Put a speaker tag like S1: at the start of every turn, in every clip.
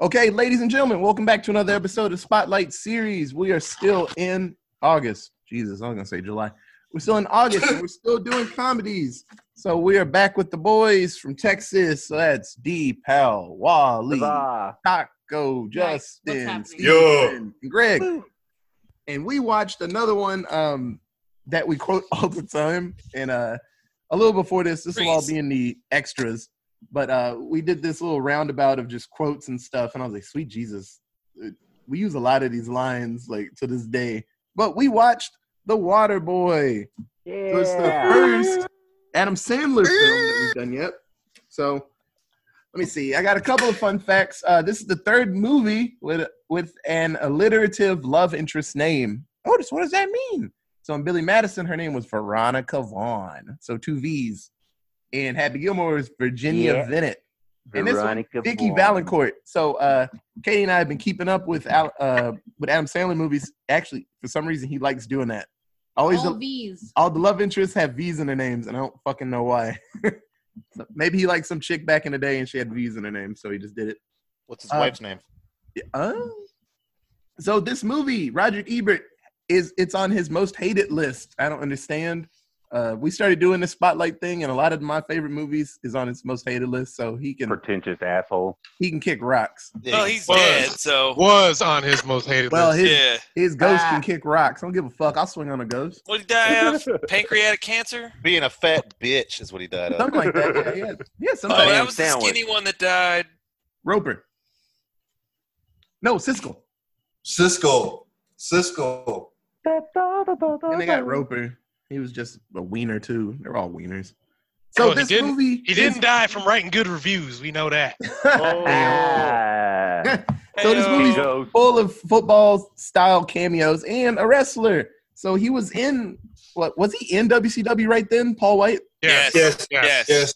S1: Okay, ladies and gentlemen, welcome back to another episode of Spotlight Series. We are still in August. Jesus, I was gonna say July. We're still in August and we're still doing comedies. So we are back with the boys from Texas. So that's D Pal, Wally,
S2: Huzzah.
S1: Taco,
S3: what's
S1: Justin,
S3: happening?
S1: Steven, and Greg. And we watched another one um, that we quote all the time. And uh, a little before this, this will all be in the extras. But uh, we did this little roundabout of just quotes and stuff. And I was like, sweet Jesus. Uh, We use a lot of these lines like to this day. But we watched The Water Boy. So it's the
S2: Yeah.
S1: first Adam Sandler film that we've done yet. So let me see. I got a couple of fun facts. Uh, this is the third movie with with an alliterative love interest name. Otis, what does that mean? So in Billy Madison, her name was Veronica Vaughn. So two V's. And Happy Gilmore is Virginia
S2: Yeah.
S1: Bennett. And this one,
S2: Veronica
S1: Vicky
S2: Vaughn.
S1: Valancourt. So uh, Katie and I have been keeping up with Al, uh, with Adam Sandler movies. Actually, for some reason, he likes doing that. Always
S2: Oh,
S3: All
S1: a-
S3: V's.
S1: all the love interests have V's in their names, and I don't fucking know why. So maybe he liked some chick back in the day, and she had V's in her name, so he just did it.
S4: What's his
S1: Uh,
S4: wife's name?
S1: Yeah, Oh. So this movie, Roger Ebert, is it's on his most hated list. I don't understand. Uh, we started doing the spotlight thing, and a lot of my favorite movies is on his most hated list. So he can
S2: Pretentious asshole.
S1: he can kick rocks.
S5: Well, he's
S4: was,
S5: dead, so
S4: Was on his most hated
S1: Well,
S4: list.
S1: his
S5: yeah.
S1: his ghost
S2: Ah.
S1: can kick rocks. I don't give a fuck. I'll swing on a ghost.
S5: What did he die of? Pancreatic cancer?
S4: Being a fat bitch is what he died of.
S1: Something like that. Yeah, yeah. yeah
S5: Oh,
S1: somebody.
S5: that was the
S2: sandwich.
S5: skinny one that died.
S1: Roper. No, Siskel.
S6: Cisco. Cisco.
S3: Oh,
S1: And they got Roper. He was just a wiener too. They're all wieners. So
S7: Oh, he
S1: this
S7: didn't-
S1: movie,
S7: He didn't die from writing good reviews. We know that.
S2: Ah.
S1: So this
S5: Hey-o.
S1: movie's-
S2: Goat.
S1: full of football style cameos and a wrestler. So he was in what was he in WCW right then? Paul White.
S7: Yes.
S6: Yes.
S5: Yes.
S6: Yes.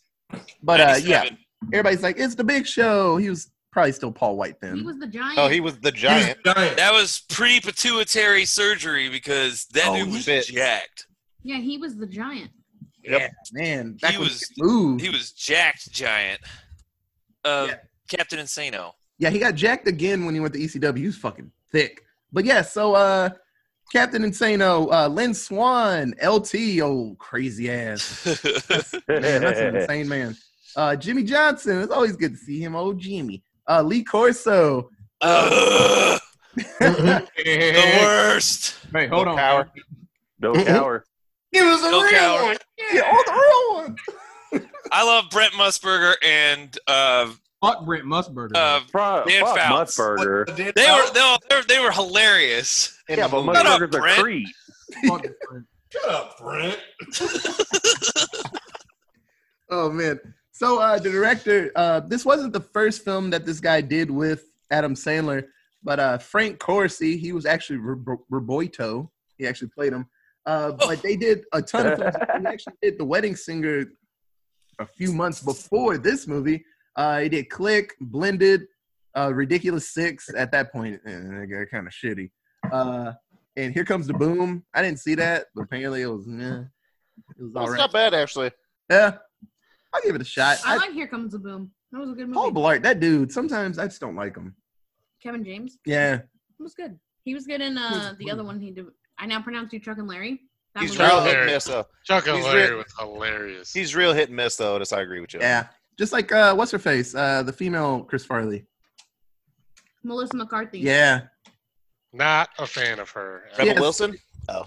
S1: But uh, yeah,
S5: 97.
S1: everybody's like, it's the Big Show. He was probably still Paul White then.
S3: He was the giant.
S4: Oh, he was the giant.
S6: He's giant.
S5: That was pre pituitary surgery because that
S4: Oh,
S5: dude was
S4: shit.
S5: jacked.
S3: yeah, he was the giant.
S1: Man, back
S5: he
S1: when
S5: was-
S1: he moved.
S5: He was jacked giant. Uh,
S1: Yeah.
S5: Captain Insano.
S1: Yeah, he got jacked again when he went to ECW. He was fucking thick. But yeah, so uh Captain Insano, uh Lynn Swan, LT, old crazy ass. Man, that's an insane man. Uh Jimmy Johnson, it's always good to see him, old Jimmy. Uh Lee Corso.
S5: Ugh,
S1: Wait,
S5: the worst.
S4: hold on, Power.
S2: Bill Cower.
S6: He was a
S5: Bill
S6: real
S5: Cowher.
S6: one.
S1: Yeah, all the real ones.
S5: I love Brent Musburger and uh,
S8: Fuck Brent Musburger.
S5: uh,
S2: Fuck
S5: Dan Fouts.
S2: Musburger.
S5: they were no, they were, they were hilarious.
S4: In
S2: Yeah,
S4: the
S2: but
S4: movie.
S5: Shut up,
S2: Musburger's a
S5: Brent.
S2: creep.
S4: Uh,
S8: Fuck Brent.
S6: Shut up, Brent.
S1: Oh man. So uh the director, uh this wasn't the first film that this guy did with Adam Sandler, but uh Frank Corsi, he was actually Ro- Ro- Roboito. He actually played him. Uh but they did a ton of films. He actually did The Wedding Singer a few months before this movie. Uh he did Click, Blended, uh Ridiculous 6 at that point. eh, It got kind of shitty. Uh and Here Comes the Boom. I didn't see that, but apparently it was eh, it was all
S4: It's
S1: right.
S4: not bad, actually.
S1: Yeah, I'll give it a shot.
S3: I
S1: I,
S3: like Here Comes the Boom. That was a good movie.
S1: Paul Blart, that dude. Sometimes I just don't like him.
S3: Kevin James.
S1: Yeah,
S3: It was good. He was good in uh, the other one he did. I now pronounce you Chuck and Larry. That
S4: He's
S3: was
S4: real
S3: good.
S4: hit
S7: Larry.
S4: and miss, though.
S7: Chuck and
S4: He's
S7: Larry
S4: real-
S7: was hilarious.
S4: He's real hit and miss, though, Otis. I agree with you.
S1: yeah. Just like uh, what's her face? Uh, the female Chris Farley.
S3: Melissa McCarthy.
S1: Yeah,
S7: not a fan of her.
S4: Rebel
S1: Yes.
S4: Wilson?
S7: Uh,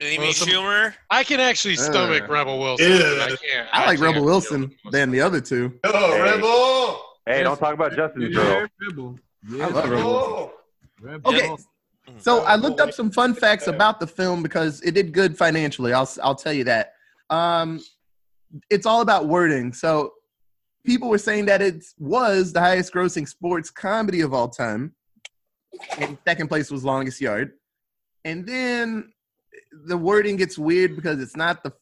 S5: Amy
S7: Well, some-
S5: Schumer.
S7: I can actually stomach
S1: Uh,
S7: Rebel Wilson. but I
S6: ew.
S7: can't.
S1: I like
S7: can't
S1: Rebel
S7: deal
S1: Wilson
S7: with
S1: than the other two.
S6: Hello,
S2: Hey.
S6: Rebel.
S2: Hey, don't talk about Justin's girl.
S8: Yeah, Rebel.
S1: I love Rebel.
S6: Rebel.
S8: Rebel.
S1: Okay, so I looked up some fun facts about the film because it did good financially. I'll I'll tell you that. Um, it's all about wording. So people were saying that it was the highest grossing sports comedy of all time. And second place was Longest Yard. And then the wording gets weird because it's not the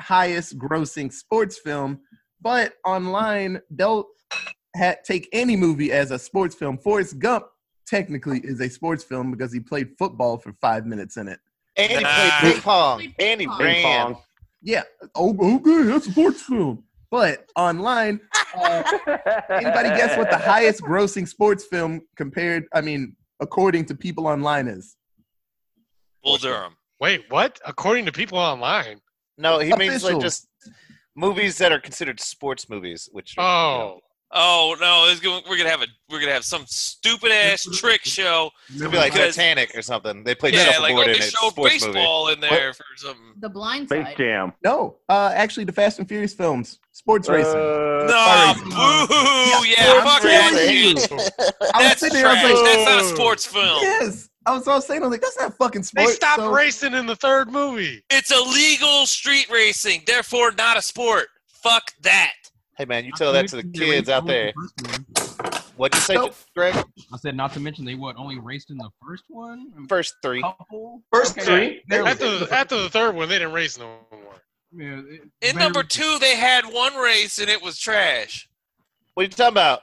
S1: highest grossing sports film, but online they'll ha- take any movie as a sports film. Forrest Gump technically is a sports film because he played football for five minutes in it.
S4: And he
S5: Nah.
S4: played ping pong.
S3: Played
S4: And he
S3: ping pong.
S2: Ping
S4: ran.
S2: pong.
S1: Yeah. Oh, okay. That's a sports film. But online, uh, anybody guess what the highest grossing sports film compared, I mean, according to people online is?
S5: Bull Durham.
S7: Wait, what? According to people online.
S4: No, he means like
S1: Official.
S4: just movies that are considered sports movies, which are, you know,
S7: Oh,
S5: Oh no, it's going, we're gonna have a we're gonna have some stupid ass trick show.
S4: it'd be like
S5: Because-
S4: Titanic or something. They play
S5: Yeah,
S4: shuffleboard
S5: like oh, they
S4: in it.
S5: showed
S4: Sports
S5: baseball in there for something.
S3: The Blind
S2: Space
S3: Side.
S2: Jam.
S1: No, uh, actually, the Fast and Furious films, sports racing.
S2: Uh,
S5: Nah, boo! Yeah,
S4: I'm
S5: fuck
S4: telling
S5: that
S4: you.
S5: shit.
S1: I
S5: That's
S1: was sitting
S5: trash.
S1: there, I was like,
S5: That's not a sports film.
S1: yes. I was, I was saying, I was like, that's not fucking
S7: they
S1: sports.
S7: stopped
S1: So-
S7: racing in the third movie.
S5: It's illegal street racing, therefore not a sport. Fuck that.
S4: Hey man, you tell that to the kids out there. What'd you say,
S1: Nope.
S4: Greg?
S8: I said not to mention they what only raced in the first one. I mean,
S4: First three.
S8: couple.
S6: First three?
S8: There was-
S7: After the, after the third one, they didn't race no more.
S8: yeah, it-
S5: In
S8: better-
S5: number two, they had one race and it was trash.
S4: What are you talking about?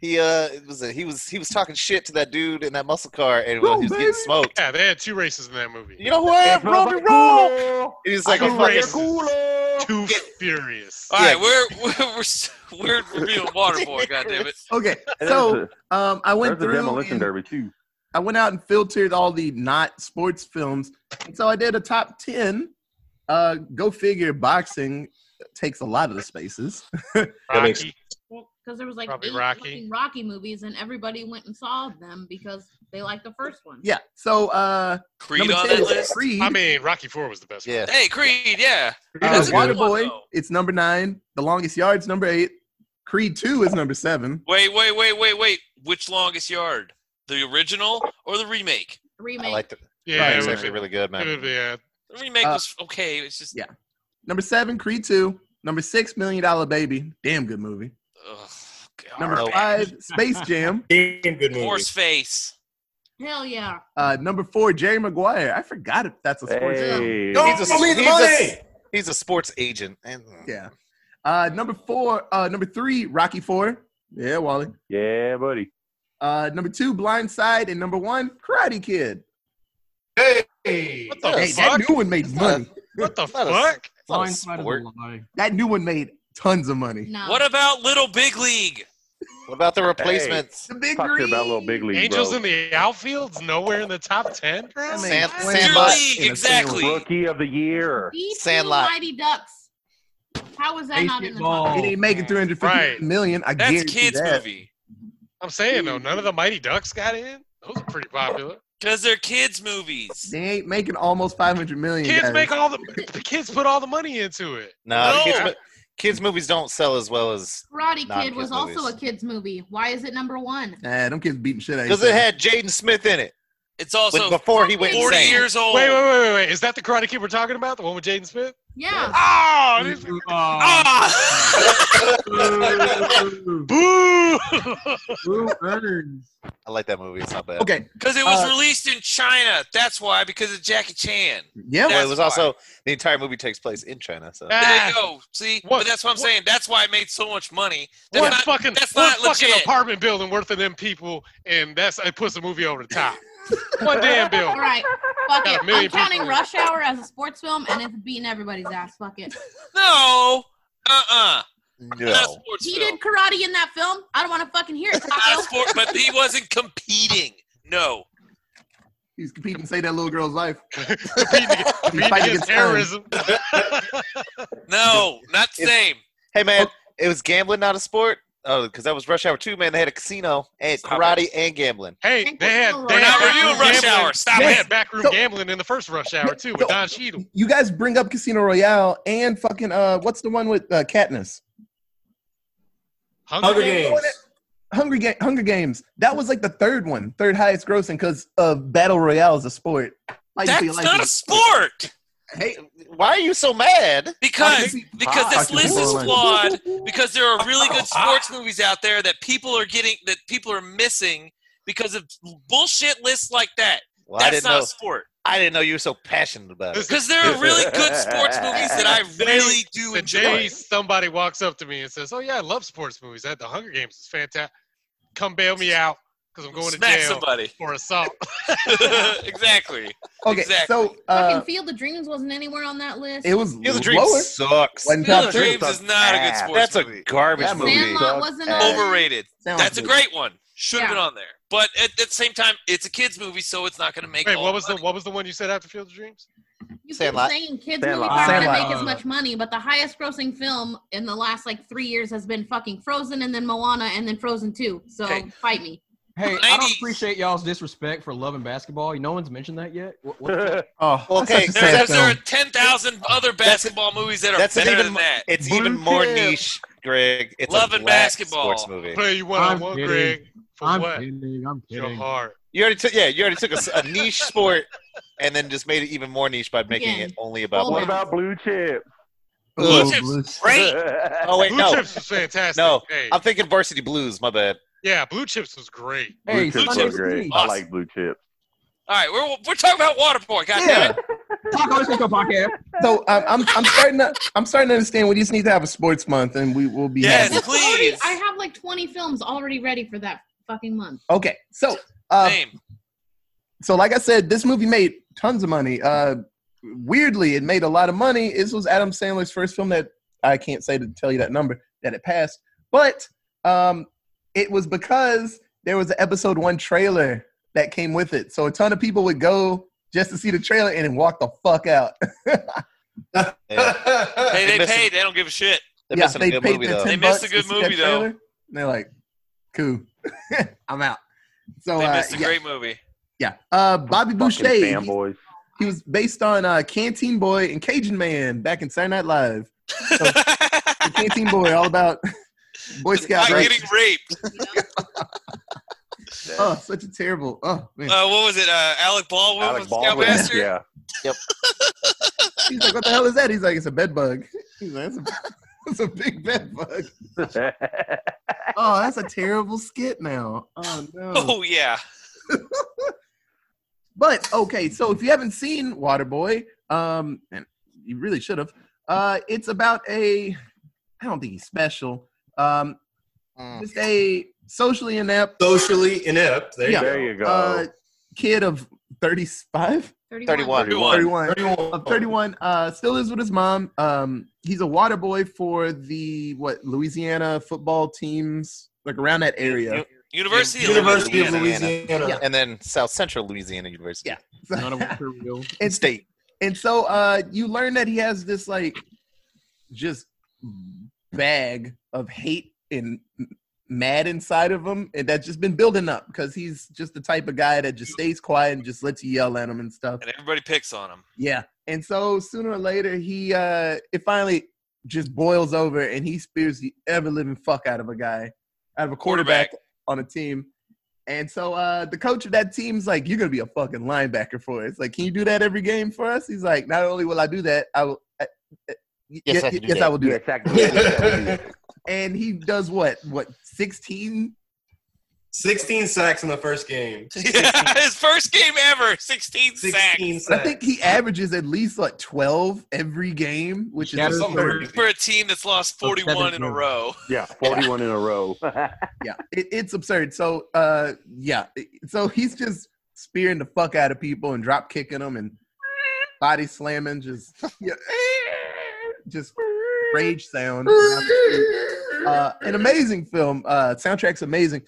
S4: He uh it was a, he was he was talking shit to that dude in that muscle car and well,
S1: Go,
S4: he was
S1: baby.
S4: getting smoked.
S7: Yeah, they had two races in that movie.
S4: You know who I am, Robbie Roll? And he's like,
S7: I
S4: I'm
S7: can
S4: fucking
S7: race. Too furious.
S5: All right,
S4: Yeah.
S5: we're we're we're, s- we're reviewing Waterboy. goddamn it!
S1: Okay,
S2: And
S1: so
S2: there's
S1: um, I
S2: a,
S1: went
S2: there's a
S1: through.
S2: demolition
S1: and-
S2: derby too.
S1: I went out and filtered all the not sports films. And so I did a top 10. Uh, go figure, boxing takes a lot of the spaces.
S6: That makes-
S7: Rocky.
S3: Well, because there was like
S7: Probably
S3: eight
S7: Rocky.
S3: fucking Rocky movies, and everybody went and saw them because they liked the first one.
S1: Yeah. So uh,
S5: Creed
S1: number
S5: on
S1: 10
S5: that
S1: is
S5: list.
S1: Creed.
S7: I mean, Rocky Four was the best.
S4: Yeah.
S5: Hey, Creed, yeah.
S1: uh,
S5: That's a good one,
S1: Waterboy,
S5: though.
S1: it's number nine. The Longest Yard's number eight. Creed 2 is number seven.
S5: Wait, wait, wait, wait, wait. Which longest yard? The original or the remake?
S4: I
S3: Remake.
S4: liked it.
S7: Yeah,
S4: it
S7: it
S4: was
S7: would
S4: actually really good,
S7: be- it
S4: man.
S7: would be, uh,
S5: The remake
S1: Uh,
S5: was okay. It's just
S1: yeah. Number seven, Creed 2. Number six, Million Dollar Baby. Damn good movie.
S5: ugh, God,
S1: Number
S4: Alright.
S1: five, Space Jam.
S6: Damn good movie.
S5: horse face.
S3: Hell yeah.
S1: Uh, number four, Jerry Maguire. I forgot if that's a sports film.
S2: Hey.
S6: Don't
S4: He's a-
S6: give me the
S4: he's a-
S6: money.
S4: He's a sports agent. And
S1: Yeah. Uh, number four, uh, number three, Rocky Four. Yeah, Wally.
S2: Yeah, buddy.
S1: Uh, number two, Blind Side, and number one, Karate Kid.
S6: Hey.
S7: What the
S4: Hey,
S1: Hey, that
S7: fuck?
S1: new one made
S4: That's
S1: money.
S7: What the
S4: It's not a-
S7: fuck?
S4: it's not a
S8: Blind Side is a
S4: sport.
S8: lie.
S1: That new one made tons of money.
S3: No.
S5: What about Little Big League?
S4: What about the replacements?
S1: The big
S2: Talk to you
S1: green.
S2: about little big league,
S7: Angels
S2: bro.
S7: in the outfield's nowhere in the top ten, bro.
S1: That
S4: Sam-
S1: made
S4: Sam-
S5: Your
S4: Sandlot
S5: league,
S1: in a
S5: exactly.
S2: Rookie of the year.
S3: B2
S4: Sandlot.
S3: Mighty Ducks. How was that not in the
S8: Basketball.
S3: top?
S1: It ain't making three hundred fifty million.
S7: Right.
S1: I
S5: That's a
S1: guarantee
S5: kids
S1: that.
S5: movie.
S7: I'm saying though, none of the Mighty Ducks got in. Those are pretty popular.
S5: Because they're kids movies.
S1: They ain't making almost five hundred million.
S7: Kids
S1: guys.
S7: make all the, the kids put all the money into it.
S4: Nah,
S5: No.
S4: Kids, kids movies don't sell as well as
S3: Karate
S4: Not
S3: Kid was
S4: kids'
S3: also
S4: movies.
S3: a kids movie. Why is it number one?
S1: Nah, them kids beating shit out. of
S4: because
S1: each
S4: it
S1: other.
S4: had Jaden Smith in it
S5: It's
S4: when-
S5: also
S4: before he went
S5: 40
S4: insane.
S5: years old.
S7: Wait, wait, wait, wait, wait. Is that the Karate Kid we're talking about? The one with Jaden Smith?
S3: Yeah.
S7: Oh, this,
S8: Ooh,
S5: Ah!
S8: ooh,
S7: boo!
S8: ooh, earns.
S4: I like that movie. It's not bad.
S1: Okay.
S5: Because it was
S1: Uh,
S5: released in China. That's why, because of Jackie Chan.
S1: Yeah.
S4: Well,
S5: That's
S4: it was
S5: why.
S4: also the entire movie takes place in China. So
S5: There
S7: Ah,
S5: you go. See,
S7: What-
S5: but that's what I'm
S7: what-
S5: saying. That's why it made so much money. That's
S7: One
S5: not-
S7: fucking,
S5: that's
S7: one
S5: not
S7: fucking
S5: legit.
S7: apartment building worth of them people, and that's it puts the movie over the top. one damn
S3: All
S7: building.
S3: right. Fuck
S7: Got a
S3: it. I'm
S7: million
S3: counting
S7: people.
S3: Rush Hour as a sports film, and it's beating everybody's ass. Fuck it.
S5: no, uh, uh not a
S4: no,
S5: sports
S3: He
S5: film.
S3: did karate in that film. I don't want to fucking hear it.
S5: Not a
S3: Taco.
S5: sport, but he wasn't competing. No,
S1: He's competing. Save that little girl's life.
S7: Competing against-
S1: He's
S7: competing
S1: fighting against
S7: against
S1: time.
S7: terrorism.
S5: no, not the
S4: It's-
S5: same.
S4: hey man, it was gambling, not a sport. Oh, because that was Rush Hour Two, man. They had a casino and
S5: Stop
S4: karate and gambling.
S7: hey, they had, they
S5: We're
S3: Yeah,
S5: not
S7: had
S3: yeah,
S5: reviewing
S7: backroom
S5: Rush
S7: gambling.
S5: Hour. Stop
S7: They
S1: Yes.
S5: it.
S7: had backroom
S1: So-
S7: gambling in the first Rush Hour too
S1: So-
S7: with Don Cheadle.
S1: You guys bring up Casino Royale and fucking uh, what's the one with uh, Katniss?
S7: Hunger
S6: Hunger
S7: Games.
S6: Games.
S1: Hunger, Ga- Hunger Games. That was like the third one, third highest grossing because of Battle Royale is a sport. Fight for your
S5: That's
S1: life
S5: not a
S1: is-
S5: sport
S4: Hey, why are you so mad?
S5: because
S1: Fucking people-
S5: because this
S1: fucking
S5: list is
S1: people are
S5: flawed. Because there are really good sports movies out there that people are getting that people are missing because of bullshit lists like that.
S4: Well, I
S5: That's
S4: didn't
S5: not
S4: know.
S5: a sport.
S4: I didn't know you were so passionate about it.
S7: This-
S5: Because there are really good sports movies that I
S7: They-
S5: really do
S7: The
S5: enjoy.
S7: day somebody walks up to me and says, "Oh yeah, I love sports movies. That The Hunger Games is fantastic. Come bail me out. because I'm going to
S5: Smack
S7: jail
S5: somebody.
S7: for assault.
S5: exactly.
S1: Okay,
S5: Exactly.
S1: so
S3: Fucking
S1: uh,
S3: Field of Dreams wasn't anywhere on that list.
S1: it was
S4: Field of Dreams
S1: lower.
S4: sucks.
S1: When
S5: Field
S1: top
S5: of
S1: three
S5: Dreams is not a good
S2: That's
S5: sports
S4: That's a
S5: movie.
S4: garbage
S1: That
S4: movie.
S1: movie.
S3: Sandlot wasn't on
S1: Sucks
S3: there.
S5: Overrated.
S1: sounds
S5: That's a
S1: good.
S5: great one. Should have
S3: Yeah.
S5: been on there. But at, at the same time, it's a kids movie, so it's not going to make.
S7: Wait,
S5: all
S7: what was the
S5: money.
S7: what was the one you said after Field of Dreams?
S3: You keep
S4: Sandlot.
S3: saying kids
S2: Sandlot.
S3: movies aren't
S1: Sandlot.
S3: gonna make as much money, but the highest grossing film in the last like three years has been fucking Frozen and then Moana and then Frozen 2. So
S5: Okay.
S3: fight me.
S8: Hey, I don't
S5: 90s.
S8: appreciate y'all's disrespect for loving basketball. No one's mentioned that yet. What, what's that?
S1: Oh,
S4: Well,
S1: that's
S4: okay,
S1: such a
S5: There's,
S1: sad
S5: there's, there are
S1: film.
S5: 10,000 other basketball movies that are
S4: That's an
S5: better
S4: even
S5: than
S4: mo-
S5: that.
S4: It's
S1: Blue
S4: even more
S1: Chips.
S4: niche, Greg. It's
S5: Love
S4: a
S5: and
S4: black
S5: basketball.
S4: sports movie.
S7: Play you one on
S8: I'm
S7: one,
S8: kidding.
S7: Greg. For
S8: I'm
S7: what?
S8: kidding. I'm
S7: Your
S8: kidding.
S7: heart.
S4: You already took yeah, you already took a, s- a niche sport and then just made it even more niche by making
S3: Again.
S4: it only about
S3: Hold
S2: What
S4: black.
S3: on.
S2: about blue chip?
S5: Blue
S4: Ugh.
S5: Chips
S1: Blues.
S5: Great.
S4: Oh wait,
S7: Blue
S4: no.
S7: Chips was fantastic.
S4: No,
S7: Hey,
S4: I'm thinking Varsity Blues. My bad.
S7: yeah, Blue Chips was great.
S8: Hey,
S2: blue chips
S8: Sunday
S2: are great.
S8: City.
S2: I
S5: Awesome.
S2: like blue chips.
S5: All right, we're, we're talking about Waterboy. God damn
S1: Yeah.
S5: it.
S8: Talk on the Cinco podcast.
S1: So um, I'm I'm starting to I'm starting to understand. We just need to have a sports month, and we will be.
S5: Yes.
S1: happy.
S3: That's already-
S5: please.
S3: I have like 20 films already ready for that fucking month.
S1: Okay. So uh,
S5: Name.
S1: so like I said, this movie made tons of money. Uh, weirdly, it made a lot of money. This was Adam Sandler's first film that I can't say to tell you that number that it passed, but um, it was because there was an episode one trailer that came with it. So a ton of people would go just to see the trailer and then walk the fuck out.
S4: Yeah.
S5: Hey, they
S4: They missed
S5: paid. They don't give a shit.
S4: They're missing a good
S1: paid
S4: movie
S1: their
S4: though.
S1: 10
S5: They missed
S1: bucks
S5: a good
S1: to see that
S5: movie, though.
S1: trailer, And they're like, cool, I'm out. So
S5: They
S1: uh,
S5: missed a
S1: yeah,
S5: great movie.
S1: yeah. Uh, Bobby
S2: Fucking
S1: Boucher. he's-
S2: fanboys.
S1: he was based on uh, Canteen Boy and Cajun Man back in Saturday Night Live. The Canteen Boy, all about Boy Scout.
S5: I'm
S1: Right?
S5: getting raped.
S1: Oh, such a terrible. Oh man,
S5: Uh, what was it? Uh, Alec Baldwin
S2: Alec
S5: was
S2: Baldwin.
S5: Scoutmaster?
S2: Yeah.
S1: he's like, what the hell is that? He's like, it's a bed bug. He's like, that's a, that's a big bed bug. Oh, that's a terrible skit now. Oh no.
S5: Oh, yeah.
S1: But okay, so if you haven't seen Waterboy, um, and you really should have, uh, it's about a. I don't think he's special. Um,
S4: Mm.
S1: just a socially inept
S6: Socially inept. There
S1: Yeah.
S6: you
S2: there you go.
S1: uh, kid of 35,
S4: 31.
S5: 31.
S1: 31,
S6: go. 31.
S1: of 31, uh, still lives with his mom. Um, he's a water boy for the what Louisiana football teams, like around that area.
S5: University, of
S6: University of
S5: Louisiana.
S6: Louisiana.
S1: Yeah.
S4: And then South Central Louisiana University.
S1: Yeah.
S8: None of us are real.
S1: and,
S4: State.
S1: and so uh, you learn that he has this like just bag of hate and mad inside of him, and that's just been building up because he's just the type of guy that just stays quiet and just lets you yell at him and stuff.
S5: And everybody picks on him.
S1: Yeah. And so sooner or later he uh it finally just boils over and he spears the ever living fuck out of a guy, out of a quarterback,
S5: Quarterback.
S1: on a team. And so uh the coach of that team's like, You're gonna be a fucking linebacker for us. Like, can you do that every game for us? He's like, Not only will I do that, I will I, I- y-
S4: Yes, I
S1: y-
S4: can do
S1: yes,
S4: that."
S1: I will do
S2: yeah,
S1: that.
S2: exactly.
S1: And he does what? What, 16?
S6: 16 sacks in the first game.
S5: His first game ever, 16 sacks
S6: 16
S1: I
S6: sacks.
S1: think he averages at least like 12 every game, which is
S8: Shatters
S1: absurd.
S6: the
S5: for a team that's lost 41 in a
S8: Seventeen.
S5: row.
S2: yeah, 41 in a row.
S1: yeah it, it's absurd so uh yeah it- so he's just spearing the fuck out of people and drop kicking them and body slamming just yeah, just rage sound uh an amazing film uh soundtrack's amazing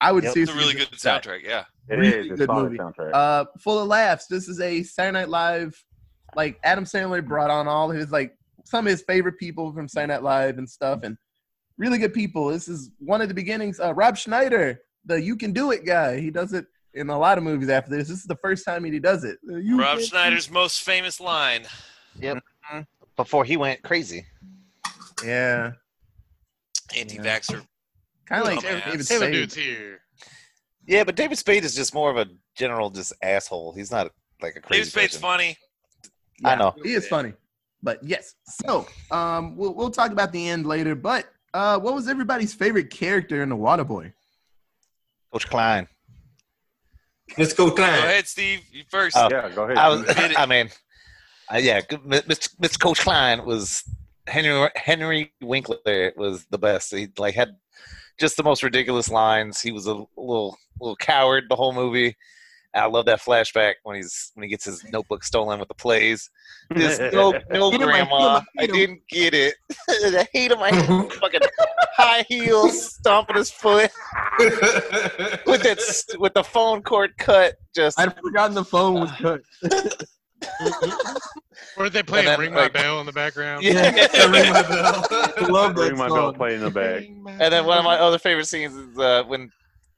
S1: i would
S2: Yep.
S1: seriously
S5: It's a really good
S1: soundtrack.
S5: soundtrack, yeah.
S2: it
S1: Really
S2: is. It's
S1: good
S2: solid
S1: movie.
S2: soundtrack.
S1: uh full of laughs this is a saturday night live like adam sandler brought on all his like some of his favorite people from saturday night live and stuff and really good people this is one of the beginnings uh rob schneider the you can do it guy he does it in a lot of movies after this this is the first time he does it Uh, you
S5: Rob
S1: can-
S5: Schneider's most famous line.
S4: Before he went crazy.
S1: yeah
S5: Anti-vaxxer.
S1: kind of like
S5: Oh, man.
S1: David
S7: Taylor
S1: Spade.
S7: dude's here.
S4: Yeah, but David Spade is just more of a general just asshole. He's not like a crazy.
S5: David Spade's
S4: person.
S5: funny.
S4: I know.
S1: He is funny. But yes. So um we'll we'll talk about the end later. But uh what was everybody's favorite character in The Waterboy?
S4: Coach Klein.
S6: Let's go,
S5: Go
S6: Klein.
S5: ahead, Steve. You first.
S4: Oh.
S2: yeah, go ahead.
S4: I was.
S5: Hit it.
S4: I mean, uh, yeah, good- Mr. Mr. Coach Klein was Henry Henry Winkler was the best. He like had just the most ridiculous lines. He was a little little coward the whole movie. I love that flashback when he's when he gets his notebook stolen with the plays. This no, no
S1: Get him, I
S4: grandma, I
S1: hate him.
S4: didn't get it. I hate him. I hate him. fucking high heels stomping his foot with that s- with the phone cord cut. Just
S1: I'd forgotten the phone was cut.
S7: Or they playing
S4: then,
S7: Ring My
S4: like-
S7: Bell in the background?
S4: yeah.
S6: Ring my bell.
S1: Love that
S2: Ring my bell
S1: song.
S2: play in the back.
S4: And then one of my other favorite scenes is uh, when,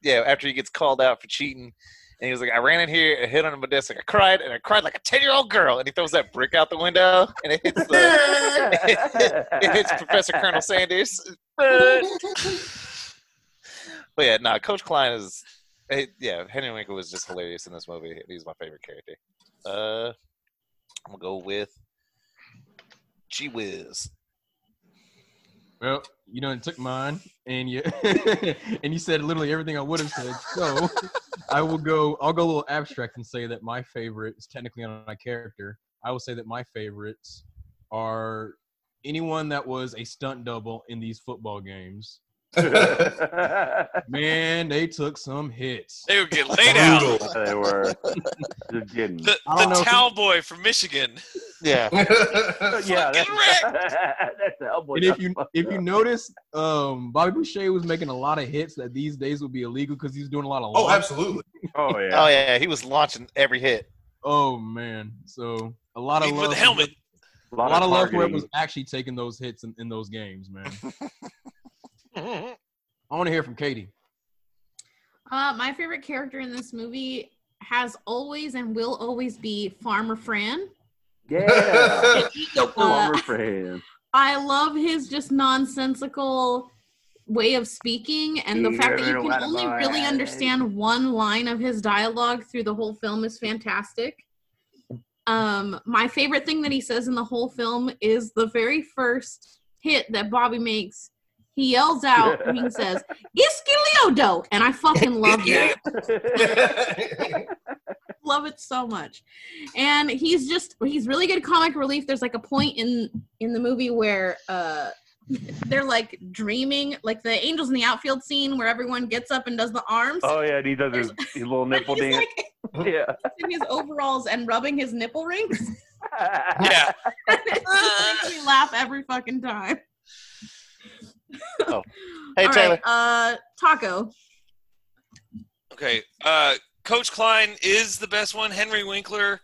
S4: yeah, after he gets called out for cheating, and he was like, "I ran in here, I hit on my desk, I cried, and I cried like a ten-year-old girl." And he throws that brick out the window, and it hits the, it hits Professor Colonel Sanders. but yeah, no, nah, Coach Klein is, eh, yeah, Henry Winkler was just hilarious in this movie. He's my favorite character. Uh, I'm gonna go with G Wiz.
S8: Well, you know, it took mine, and you and you said literally everything I would have said. So I will go. I'll go a little abstract and say that my favorite is technically on my character. I will say that my favorites are anyone that was a stunt double in these football games. Man, they took some hits.
S5: They would get laid out.
S6: Brutal.
S2: they were just getting.
S5: The,
S8: I don't know
S5: the
S8: if-
S5: towel boy from Michigan.
S4: Yeah,
S2: Oh, yeah, that's,
S5: Fucking
S2: that's the Hellboy.
S8: And if you if you notice, um, Bobby Boucher was making a lot of hits that these days would be illegal because he was doing a lot of
S6: Oh,
S8: launch-
S6: absolutely.
S2: oh
S4: oh
S2: yeah,
S4: yeah, he was launching every hit.
S8: Oh man, so a lot of
S5: Even with
S8: love
S5: the helmet.
S2: a
S8: A lot of love for it
S2: targeting.
S8: was actually taking those hits in, in those games, man.
S7: Mhm.
S8: I want to hear from Katie.
S3: Uh, my favorite character in this movie has always and will always be Farmer Fran.
S2: Yeah,
S3: Uh,
S2: Farmer Fran.
S3: I love his just nonsensical way of speaking and the fact that you can only really understand one line of his dialogue through the whole film is fantastic. Um, my favorite thing that he says in the whole film is the very first hit that Bobby makes. He yells out and he says, Giskiliodo! And I fucking love that love it so much and he's just he's really good comic relief there's like a point in in the movie where uh they're like dreaming like the angels in the outfield scene where everyone gets up and does the arms
S2: Oh yeah, and he does his, his little
S3: and
S2: nipple
S3: he's
S2: dance.
S3: like
S2: Yeah.
S3: in his overalls and rubbing his nipple rings
S5: Yeah.
S3: it just makes me laugh every fucking time
S4: Oh. Hey,
S3: All right,
S4: Taylor.
S3: uh taco
S5: Okay. Uh, Coach Klein is the best one. Henry Winkler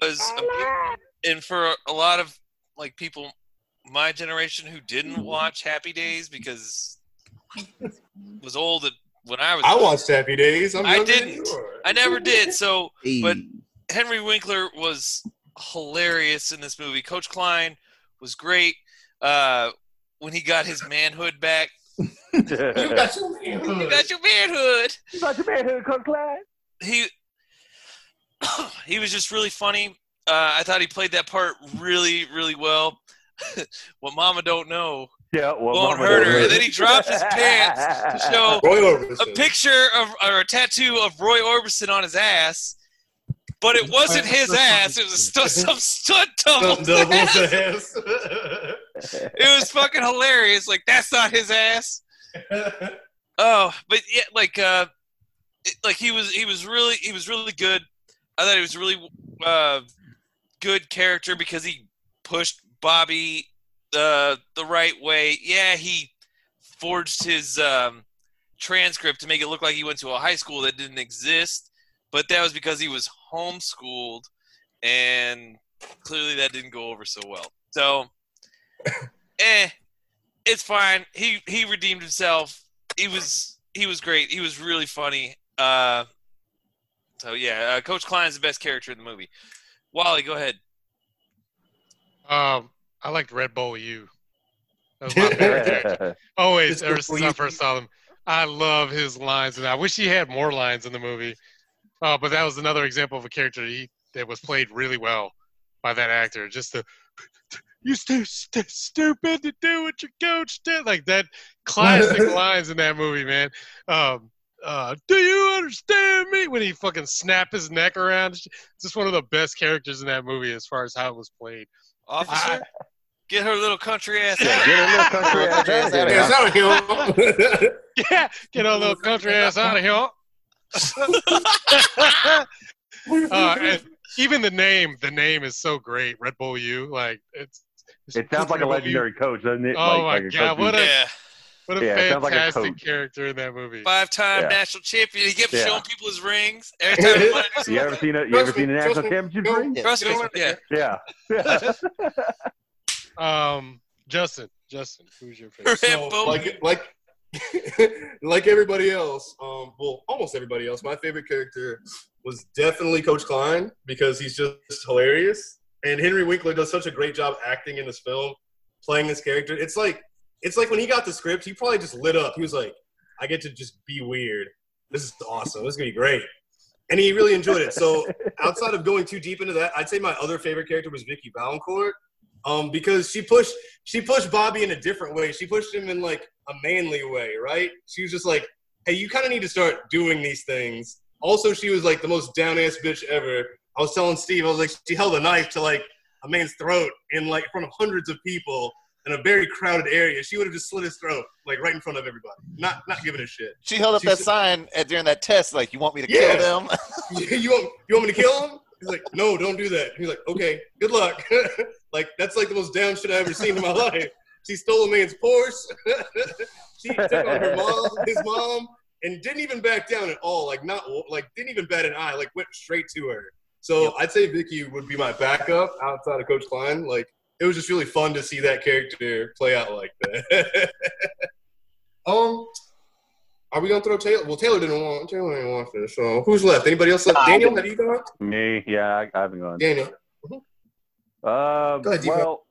S5: was, a- and for a lot of like people my generation who didn't watch Happy Days because it was old when I was.
S6: I watched Happy Days. I'm
S5: I
S6: younger than
S5: didn't.
S6: you are.
S5: I never did. So But-
S1: Hey.
S5: Henry Winkler was hilarious in this movie. Coach Klein was great uh, when he got his manhood back.
S6: You got your manhood.
S5: You got your manhood.
S2: You got your manhood, Coach Klein.
S5: He he was just really funny. Uh, I thought he played that part really, really well. what Mama don't know
S2: Yeah, well,
S5: won't
S2: Mama
S5: hurt
S2: don't
S5: her.
S2: know.
S5: And then he dropped his pants
S2: Uh,
S5: to
S7: uh.
S5: show
S6: Roy Orbison.
S5: a picture of or a tattoo of Roy Orbison on his ass, but it wasn't his ass. It was a stu- some stunt
S6: Something
S5: double's
S6: doubles
S5: ass.
S6: ass.
S5: It was fucking hilarious. Like that's not his ass. Oh, but yeah, like uh, it- like he was he was really he was really good. I thought he was a really uh good character because he pushed Bobby the the right way. Yeah, he forged his um transcript to make it look like he went to a high school that didn't exist, but that was because he was homeschooled and clearly that didn't go over so well. So eh it's fine. He he redeemed himself. He was he was great. He was really funny. Uh so yeah, uh, Coach Klein's the best character in the movie. Wally, go ahead.
S7: Um, I liked Red Bull U. That was my favorite character. Always, ever since I first saw him, I love his lines, and I wish he had more lines in the movie. Uh, but that was another example of a character that he, that was played really well by that actor. Just the you stu- stu- stupid to do what your coach did, like that classic lines in that movie, man. Um, uh, do you understand me? When he fucking snapped his neck around, It's just one of the best characters in that movie as far as how it was played.
S5: Officer, get her little country ass.
S2: Yeah,
S5: out.
S2: get a little country ass out of
S6: Yes,
S2: here.
S6: I don't hear him.
S7: Yeah, get a little country ass out of here. Uh, and even the name, the name is so great. Red Bull U, like it's. it's
S2: It sounds like a
S7: Red Bull U.
S2: legendary coach, doesn't it? like,
S7: Oh my
S2: like a
S7: God,
S2: coach who-
S7: what a-
S5: yeah,
S7: What a
S2: Yeah, it sounds like a
S7: fantastic
S2: coach.
S7: character in that movie.
S5: five-time
S2: Yeah.
S5: national champion. He kept
S2: Yeah.
S5: showing people his rings every time. he won.
S2: You ever seen a you ever
S6: Trust
S2: seen a
S6: me,
S2: national
S6: trust me.
S2: championship
S6: Go.
S2: ring?
S5: Trust me, yeah.
S2: Yeah. yeah.
S7: Um, Justin, Justin, who's your favorite?
S5: Red
S6: So,
S5: Bull.
S6: like like like everybody else, um, well, almost everybody else. My favorite character was definitely Coach Klein because he's just hilarious, and Henry Winkler does such a great job acting in this film, playing this character. It's like it's like when he got the script, he probably just lit up. He was like, "I get to just be weird. This is awesome. This is gonna be great." And he really enjoyed it. So outside of going too deep into that, I'd say my other favorite character was Vicky Valancourt, um, because she pushed she pushed Bobby in a different way. She pushed him in like a manly way, right? She was just like, "Hey, you kind of need to start doing these things." Also, she was like the most down ass bitch ever. I was telling Steve, I was like, she held a knife to like a man's throat in like in front of hundreds of people in a very crowded area. She would have just slit his throat like right in front of everybody, not not giving a shit.
S4: She held up
S6: She
S4: that
S6: said-
S4: sign at, during that test, like, "You want me to
S6: Yeah.
S4: kill them?"
S6: you want you want me to kill him? He's like, no, don't do that. He's like, okay, good luck. like that's like the most down shit I ever seen in my life. She stole a man's Porsche. she took on her mom, his mom, and didn't even back down at all. Like not like didn't even bat an eye. Like went straight to her. So I'd say Vicky would be my backup outside of Coach Klein. Like it was just really fun to see that character play out like that. um. Are we gonna throw Taylor? Well, Taylor didn't want Taylor didn't want this. So who's left? Anybody else left? Daniel, have you gone?
S2: Me, yeah, I, I haven't gone.
S6: Daniel.
S2: Uh,
S6: Go ahead, you
S2: well,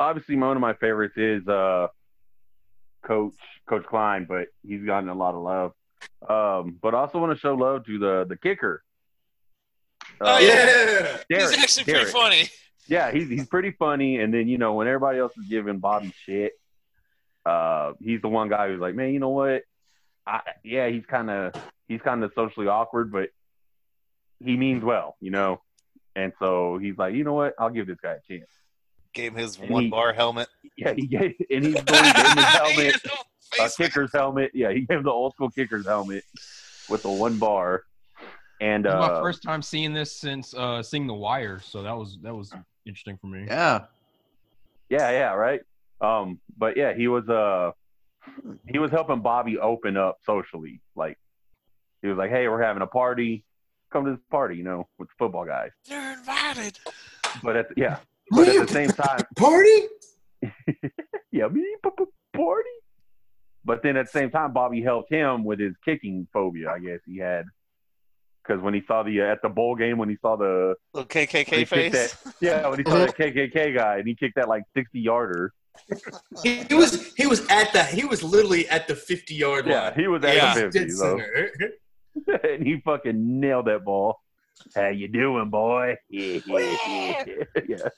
S2: obviously, my- one of my favorites is uh, Coach Coach Klein, but he's gotten a lot of love. Um, but I also want to show love to the the kicker.
S5: Oh, yeah.
S6: Yeah.
S5: He's
S2: Derek,
S5: actually
S2: Derek.
S5: pretty funny.
S2: Yeah, he's he's pretty funny. And then you know when everybody else is giving Bobby shit, uh, he's the one guy who's like, man, you know what? I, yeah, he's kind of he's kind of socially awkward, but he means well, you know. And so he's like, you know what? I'll give this guy a chance.
S4: Gave him his
S2: And
S4: one
S2: he-
S4: bar helmet.
S2: Yeah, he gave, and he's
S5: He
S2: going to his helmet,
S5: had no
S2: a
S5: face.
S2: kicker's helmet. Yeah, he gave him the old school kicker's helmet with the one bar. And
S8: This is
S2: uh,
S8: my first time seeing this since uh, seeing The Wire, so that was that was interesting for me.
S1: Yeah.
S2: yeah, yeah, right. Um, but yeah, he was uh, he was helping Bobby open up socially. Like he was like, "Hey, we're having a party. Come to this party, you know, with the football guys."
S5: They're invited.
S2: But at the, yeah, but at the same time,
S6: Party?
S2: yeah, me p- p- party. But then at the same time, Bobby helped him with his kicking phobia. I guess he had because when he saw the uh, at the bowl game when he saw the when
S4: Little
S2: he
S4: KKK
S2: kicked
S4: face.
S2: that- yeah, when he saw that KKK guy and he kicked that like sixty yarder.
S6: He, he was he was at the he was literally at the fifty yard
S2: Yeah,
S6: line.
S2: he was at
S5: Yeah.
S2: the fifty,
S6: Dead
S2: so.
S6: center.
S2: and he fucking nailed that ball. How you doing, boy? yeah,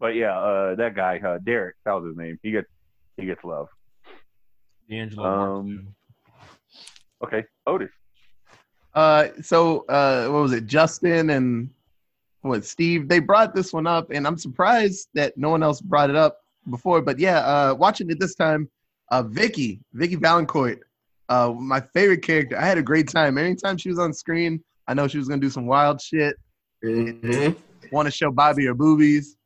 S2: but yeah, uh, that guy uh, Derek, that was his name. He gets he gets love.
S8: D'Angelo
S2: Um, Okay, Otis.
S1: Uh, so uh, what was it? Justin and what Steve? They brought this one up, and I'm surprised that no one else brought it up before. But yeah, uh, watching it this time, uh, Vicky, Vicky Valancourt, uh, my favorite character. I had a great time. Anytime she was on screen, I know she was gonna do some wild shit.
S6: Mhm.
S1: Want to show Bobby her boobies,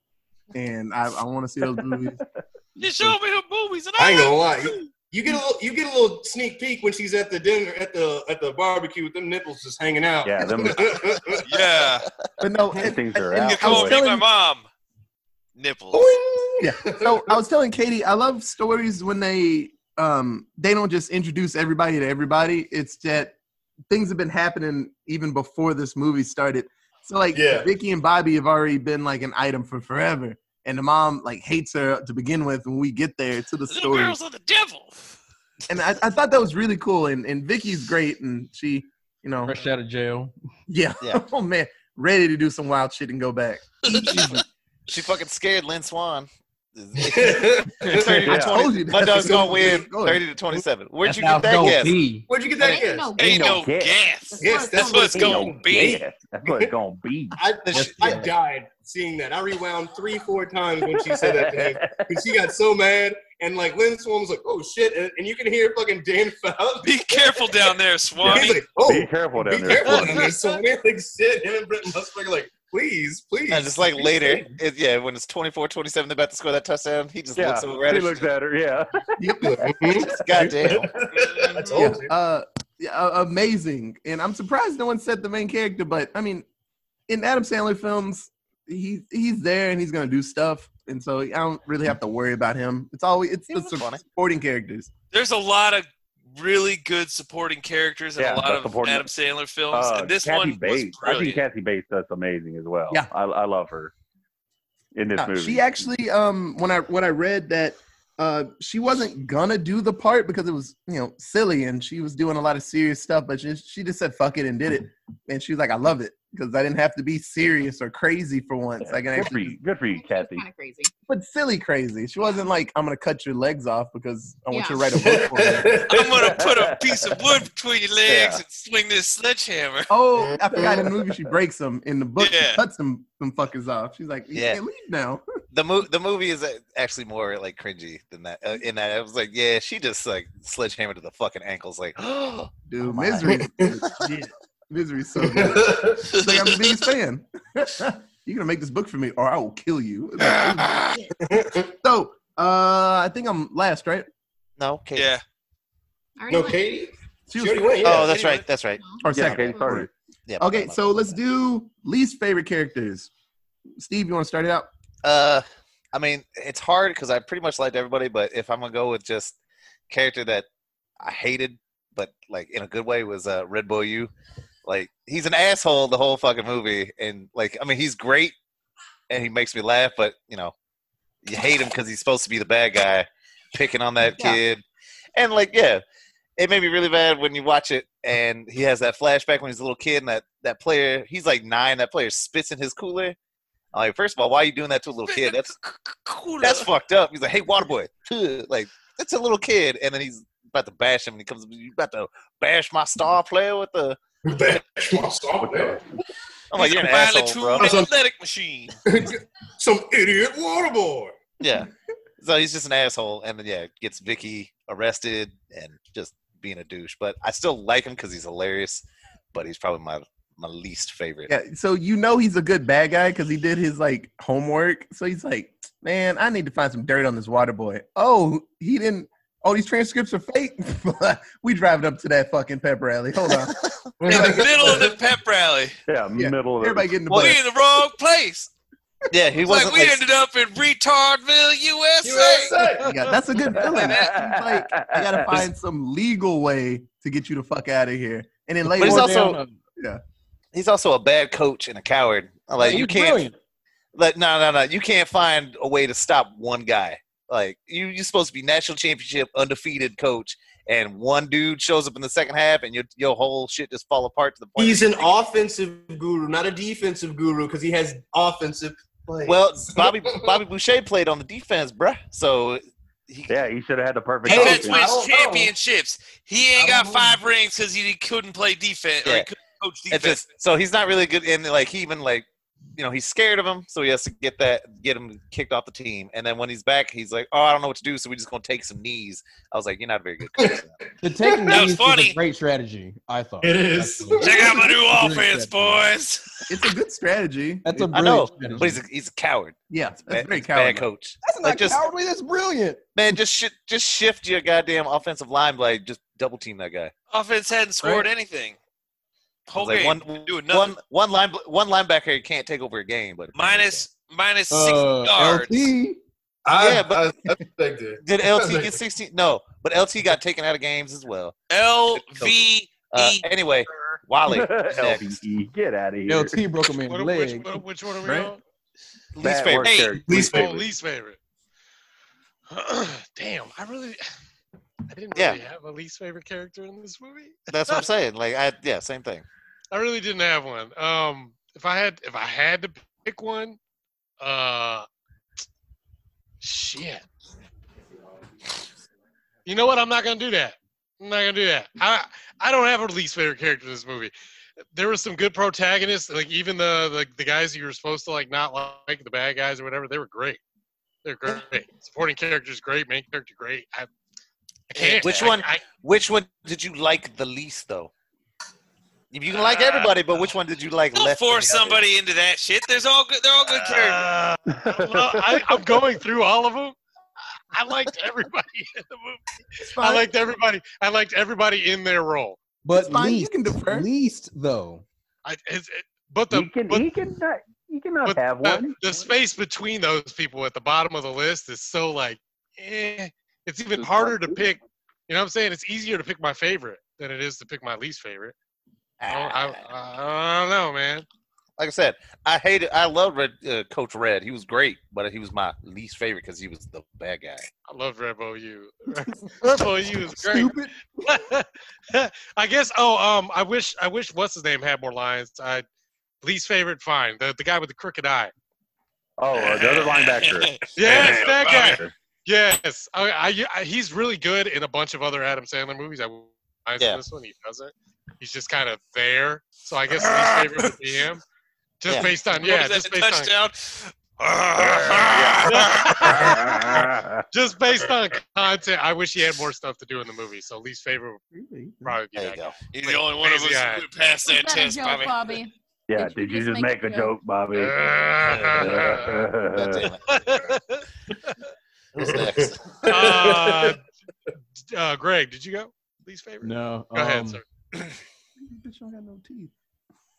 S1: and I, I want to see those boobies.
S5: You showed me her boobies, and
S6: I
S5: I,
S6: ain't
S5: know.
S6: gonna lie. You get a little you get a little sneak peek when she's at the dinner at the at the barbecue with them nipples just hanging out.
S2: Yeah, them-
S5: Yeah.
S1: But no,
S2: Those things are
S5: You
S2: out.
S5: can
S1: I was
S5: call me
S1: telling-
S5: my mom. Nipples.
S1: Yeah. So I was telling Katie, I love stories when they um they don't just introduce everybody to everybody. It's that things have been happening even before this movie started. So like
S6: Yeah.
S1: Vicky and Bobby have already been like an item for forever. And the mom like hates her to begin with when we get there to the
S5: Little
S1: story.
S5: girls are the devil.
S1: And I, I thought that was really cool. And and Vicky's great and she, you know
S8: fresh out of jail.
S1: Yeah.
S4: Yeah.
S1: oh man, ready to do some wild shit and go back.
S4: She fucking scared Lynn Swan.
S6: Where'd
S4: 30 to
S2: Yeah.
S4: 20.
S1: told you
S4: My
S1: that.
S4: dog's gonna win
S1: Go ahead.
S4: 30 to 27. Where'd you
S8: That's
S4: get that
S8: how
S4: guess?
S8: Goldie.
S6: you get
S4: I
S6: that?
S4: ain't
S6: Yes.
S3: no
S5: Ain't
S2: no
S5: no
S2: gas.
S5: gas.
S6: Yes, that's
S5: That's what
S6: what
S5: it's gonna be.
S2: Yeah, that's what it's gonna be.
S6: I,
S4: That's-
S6: I died seeing that. I rewound three, four times when she said that to him because she got so mad. And like Lynn Swan was like, "Oh shit!" And, and you can hear fucking Dan Fouts.
S5: Be careful down there, Swami.
S6: He's like, "Oh,
S2: Be careful down
S6: be
S2: there.
S6: careful down there." So we're like, "Shit!" Him and Brett Musburger like, "Please, please."
S4: And just like later, it, yeah, when it's 24 27, they're about to score that touchdown, he just
S2: Yeah,
S4: looks over at
S2: he
S4: it.
S2: looks at her. Yeah,
S4: just, Goddamn.
S6: I told
S1: yeah,
S6: you.
S1: uh, yeah, uh, amazing. And I'm surprised no one said the main character, but I mean, in Adam Sandler films, he he's there and he's gonna do stuff, and so I don't really have to worry about him. It's always it's
S4: He
S1: the
S4: was funny.
S1: supporting characters.
S5: There's a lot of really good supporting characters in
S2: Yeah,
S5: a lot
S2: the
S5: of
S2: supporting-
S5: Adam Sandler films,
S2: Uh,
S5: and this
S2: Kathy
S5: one
S2: Bates.
S5: was
S2: I think
S5: brilliant.
S2: Kathy Bates does amazing as well.
S1: Yeah.
S2: I, I love her in this
S1: Yeah,
S2: movie.
S1: she actually um when I when I read that uh she wasn't gonna do the part because it was you know silly and she was doing a lot of serious stuff, but she she just said fuck it and did it, and she was like I love it because I didn't have to be serious or crazy for once. I can
S2: good for
S1: actually
S2: you, good for you, Kathy.
S3: Kind of crazy.
S1: but silly crazy. She wasn't like, I'm gonna cut your legs off because I want you
S3: Yeah.
S1: to write a book for me.
S5: I'm gonna put a piece of wood between your legs and swing this sledgehammer.
S1: Oh, I forgot in the movie she breaks them. In the book,
S5: Yeah.
S1: she cuts them some fuckers off. She's like, You
S4: Yeah.
S1: can't leave now.
S4: The, mo- the movie is uh, actually more like cringy than that. Uh, in that, I was like, yeah, she just like sledgehammer to the fucking ankles. Like, oh,
S1: Dude,
S4: Oh my.
S1: misery. Misery's so good. She's like, I'm the biggest fan. You're gonna make this book for me or I will kill you. so uh I think I'm last, right?
S4: no, Kate.
S5: yeah,
S3: I already
S6: no,
S3: went.
S6: Katie.
S1: She
S6: She already went, yeah.
S4: oh, that's
S6: Anyway.
S4: right. That's right.
S1: or
S2: Yeah,
S1: second.
S2: Katie started.
S4: Yeah. my
S1: Okay,
S4: bad, my
S1: so
S4: bad.
S1: let's do least favorite characters. Steve, you wanna start it out?
S4: Uh, I mean, it's hard because I pretty much liked everybody, but if I'm gonna go with just character that I hated, but like in a good way, was uh, Red Bull U. Like he's an asshole the whole fucking movie, and like I mean, he's great and he makes me laugh, but you know, you hate him because he's supposed to be the bad guy, picking on that
S1: Yeah.
S4: kid, and like yeah, it made me really bad when you watch it, and he has that flashback when he's a little kid, and that that player, he's like nine, that player spits in his cooler. I'm like, first of all, why are you doing that to a little kid? That's
S5: cool.
S4: that's fucked up. He's like, hey, water boy, like that's a little kid, and then he's about to bash him, and he comes, you about to bash my star player with the.
S6: Bash my stop there.
S4: I'm like,
S5: He's
S4: you're
S5: a
S4: an
S5: violent
S4: asshole,
S5: tool,
S4: bro.
S5: an athletic machine.
S6: Some idiot water boy.
S4: Yeah. So he's just an asshole, and then yeah, gets Vicky arrested and just being a douche. But I still like him because he's hilarious. But he's probably my my least favorite.
S1: Yeah, so you know he's a good bad guy because he did his like homework. So he's like, man, I need to find some dirt on this water boy. Oh, he didn't. Oh, these transcripts are fake. we driving up to that fucking pep rally. Hold on,
S5: In the middle of the pep rally,
S2: Yeah,
S1: Yeah.
S2: middle of
S1: everybody getting the
S4: Well,
S5: we
S1: bus.
S5: in the wrong place.
S4: Yeah, he
S5: It's like
S4: wasn't
S5: we
S4: like,
S5: ended up in retardville, USA.
S6: USA.
S1: Yeah, that's a good feeling. It's like, I gotta find some legal way to get you the fuck out of here. And then later,
S4: he's
S1: on,
S4: also-
S1: Yeah.
S4: he's also a bad coach and a coward. I'm Like you can't like no no no you can't find a way to stop one guy like you you're supposed to be national championship undefeated coach and one dude shows up in the second half and your your whole shit just fall apart to the point
S6: He's
S4: where
S6: an
S4: you think-
S6: offensive guru, not a defensive guru, because he has offensive plays.
S4: well bobby bobby boucher played on the defense bruh so he,
S2: Yeah, he should have had the perfect
S5: Defense
S2: option.
S6: I
S5: wins
S6: don't know.
S5: championships. He ain't
S6: I
S5: got
S6: don't know.
S5: five rings because he couldn't play defense or
S4: Yeah.
S5: he couldn't coach
S4: it's
S5: defense.
S4: just so he's not really good in like he even like you know he's scared of him so he has to get that get him kicked off the team and then when he's back he's like oh i don't know what to do so we're just gonna take some knees i was like you're not a very good coach
S8: The taking
S5: That was
S8: leads was
S5: funny.
S8: a great strategy, I thought.
S6: It is.
S8: Actually.
S5: Check out my new
S8: Great
S5: offense,
S8: strategy.
S5: boys.
S1: it's a good strategy.
S8: That's a
S4: i know
S8: brilliant strategy.
S4: but he's a, he's a coward
S1: yeah, that's
S4: Bad-
S1: very
S4: it's bad
S1: cowardly.
S4: coach
S8: That's
S4: Like,
S8: not
S4: just-
S8: cowardly. That's brilliant.
S4: Man, just shi just shift your goddamn offensive line by just double team that guy.
S5: Offense hadn't scored anything. Whole
S4: It's
S5: game.
S4: like one,
S5: doing nothing.
S4: one, one line, one linebacker you can't take over a game, but
S5: Minus- minus six
S8: Uh,
S5: yards.
S8: LT.
S6: I,
S4: Yeah, but-
S6: I, I respect it.
S4: did LT get sixteen? No, but LT got taken out of games as well.
S5: LV.
S4: Uh,
S5: E.
S4: anyway, Wally, next.
S2: LBE, E, get out of here.
S8: LT broke a man's
S7: What,
S8: leg.
S7: which, what, which one are we
S1: Right?
S7: on?
S4: least
S2: Bad
S4: favorite.
S2: work
S5: Hey,
S2: there.
S6: least
S7: Oh,
S6: favorite.
S7: least favorite. Damn, I really, I didn't
S4: Yeah.
S7: really have a least favorite character in this movie.
S4: That's what I'm saying. Like, I yeah, same thing.
S7: I really didn't have one. Um, if I had, if I had to pick one, uh, shit. You know what? I'm not gonna do that. I'm not gonna do that. I I don't have a least favorite character in this movie. there were some good protagonists. Like even the, the the guys you were supposed to like not like, the bad guys or whatever, they were great. They're great. Supporting characters great, main character great. I, I can't.
S4: Which
S7: I-
S4: one-
S7: I,
S4: Which one did you like the least, though? You can like everybody, but which one did you like
S5: Don't
S4: less? than
S5: force
S4: the other?
S5: somebody into that shit. There's all good. They're all good characters.
S7: Uh, well, I, I'm going through all of them. I liked everybody in the movie. I liked everybody. I liked everybody in their
S1: It's
S7: role.
S9: But
S1: fine, you
S9: least,
S1: can defer.
S9: least though.
S7: I, it's, it, but the
S2: he can
S7: but,
S2: he can not he cannot
S7: but
S2: have
S7: the,
S2: one.
S7: the space between those people at the bottom of the list is so like, eh, it's even harder to pick. You know what I'm saying? It's easier to pick my favorite than it is to pick my least favorite. I don't, I, I don't know, man.
S4: Ah, Like I said, I hated. I loved Red, uh, Coach Red. He was great, but he was my least favorite because he was the bad guy.
S7: I love Rebel U. Rebel U is great.
S9: Stupid.
S7: I guess. Oh, um, I wish. I wish. What's his name had more lines. I least favorite. Fine. The the guy with the crooked eye.
S2: Oh, uh, the other linebacker.
S7: Yes, that guy.
S2: Linebacker.
S7: Yes. I, I, I- he's really good in a bunch of other Adam Sandler movies. I realize
S4: Yeah.
S7: in this one he doesn't. He's just kind of there. So I guess least favorite would be him. Just
S4: Yeah.
S7: based on
S5: What
S7: yeah,
S5: was
S7: just
S5: that
S7: based
S5: touchdown?
S7: on just based on content. I wish he had more stuff to do in the movie. So least favorite would probably be
S4: There
S7: that.
S4: you go.
S5: You're the only one of us
S7: Crazy eye.
S5: who passed that
S3: Better
S5: test,
S3: joke, Bobby.
S5: Bobby.
S2: yeah,
S3: Did you
S2: did you
S3: just
S2: just
S3: make
S2: make
S3: a
S2: a joke, Bobby?
S7: Uh,
S4: God damn it. Who's next?
S7: uh, uh, Greg, did you go? Least favorite?
S8: No.
S7: Go
S8: um,
S7: ahead, sir.
S1: Bitch don't got no teeth.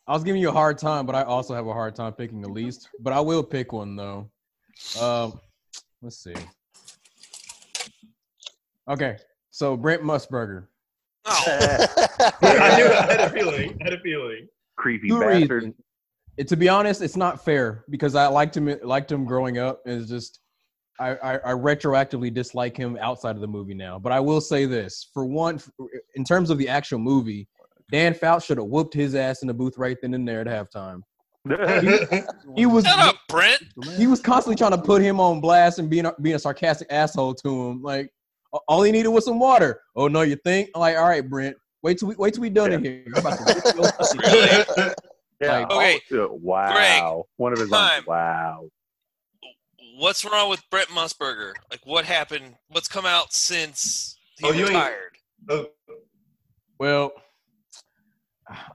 S8: I was giving you a hard time, but I also have a hard time picking the least. But I will pick one though. Um, let's see. Okay, so Brent Musburger.
S5: Oh,
S6: I knew. I had a feeling. I had a feeling.
S2: Creepy
S8: Two
S2: bastard.
S8: reasons. It- to be honest, it's not fair because I liked him liked him growing up. and It's just I, I, I retroactively dislike him outside of the movie now. But I will say this for one, in terms of the actual movie, Dan Fouts should have whooped his ass in the booth right then and there at halftime.
S6: Mm-hmm.
S8: He was
S5: shut up, Brent.
S8: he was constantly trying to put him on blast and being a, being a sarcastic asshole to him. Like a- all he needed was some water. Oh no, you think? I'm like all right, Brent, wait till we wait till we done in here. You're about to whip your pussy.
S5: Really?
S2: yeah.
S5: Okay.
S2: oh, wow. One of his
S5: time.
S2: own. Wow.
S5: What's wrong with Brett Musburger? Like, what happened? What's come out since he
S6: Oh, you ain't-
S5: retired?
S6: Oh,
S8: Well,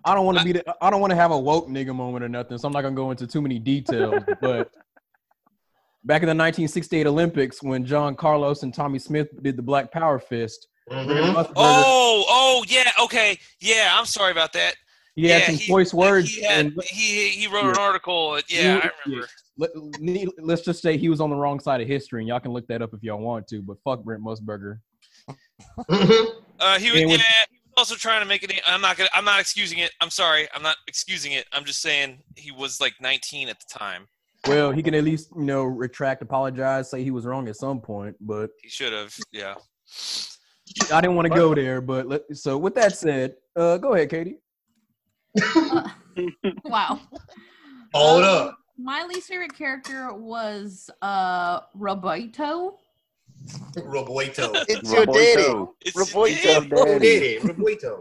S8: I don't want to be the, I don't want to have a woke nigga moment or nothing, so I'm not gonna go into too many details. but back in the 1968 Olympics, when John Carlos and Tommy Smith did the Black Power Fist, Brent Musburger,
S5: Oh, oh, yeah. Okay, yeah. I'm sorry about that.
S8: he had
S5: yeah,
S8: some
S5: he-
S8: choice words
S5: He, had,
S8: and
S5: he he wrote an article. uh, Yeah, I remember.
S8: Let, us just say he was on the wrong side of history, and y'all can look that up if y'all want to. But fuck Brent Musburger.
S5: Uh, he was,
S8: Yeah,
S5: yeah,
S8: when-
S5: he was also trying to make it. I'm not gonna. I'm not excusing it. I'm sorry. I'm not excusing it. I'm just saying he was like 19 at the time.
S8: Well, he can at least you know retract, apologize, say he was wrong at some point. But
S5: He should have. Yeah.
S8: I didn't want to go there. But let, so with that said, uh, go ahead, Katie.
S3: Wow.
S6: Hold
S3: Um,
S6: up.
S3: My least favorite character was uh Roboito.
S6: Robueto.
S4: it's your daddy.
S2: Roboito.
S5: It's,
S4: Roboito.
S6: Oh,
S2: Daddy.
S6: daddy. Robueto.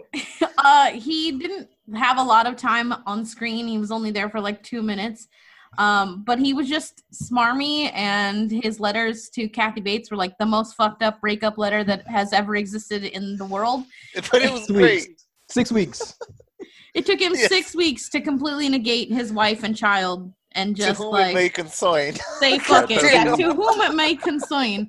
S3: Uh he didn't have a lot of time on screen. He was only there for like 2 minutes. Um but he was just smarmy and his letters to Kathy Bates were like the most fucked up breakup letter that has ever existed in the world.
S4: But it was
S8: Six weeks.
S4: great.
S8: Six weeks.
S3: It took him
S4: Yes.
S3: 6 weeks to completely negate his wife and child and
S4: To
S3: just
S4: whom
S3: like
S4: it may concern.
S3: Say fuck it.
S4: Damn.
S3: Yeah, to whom it may concern.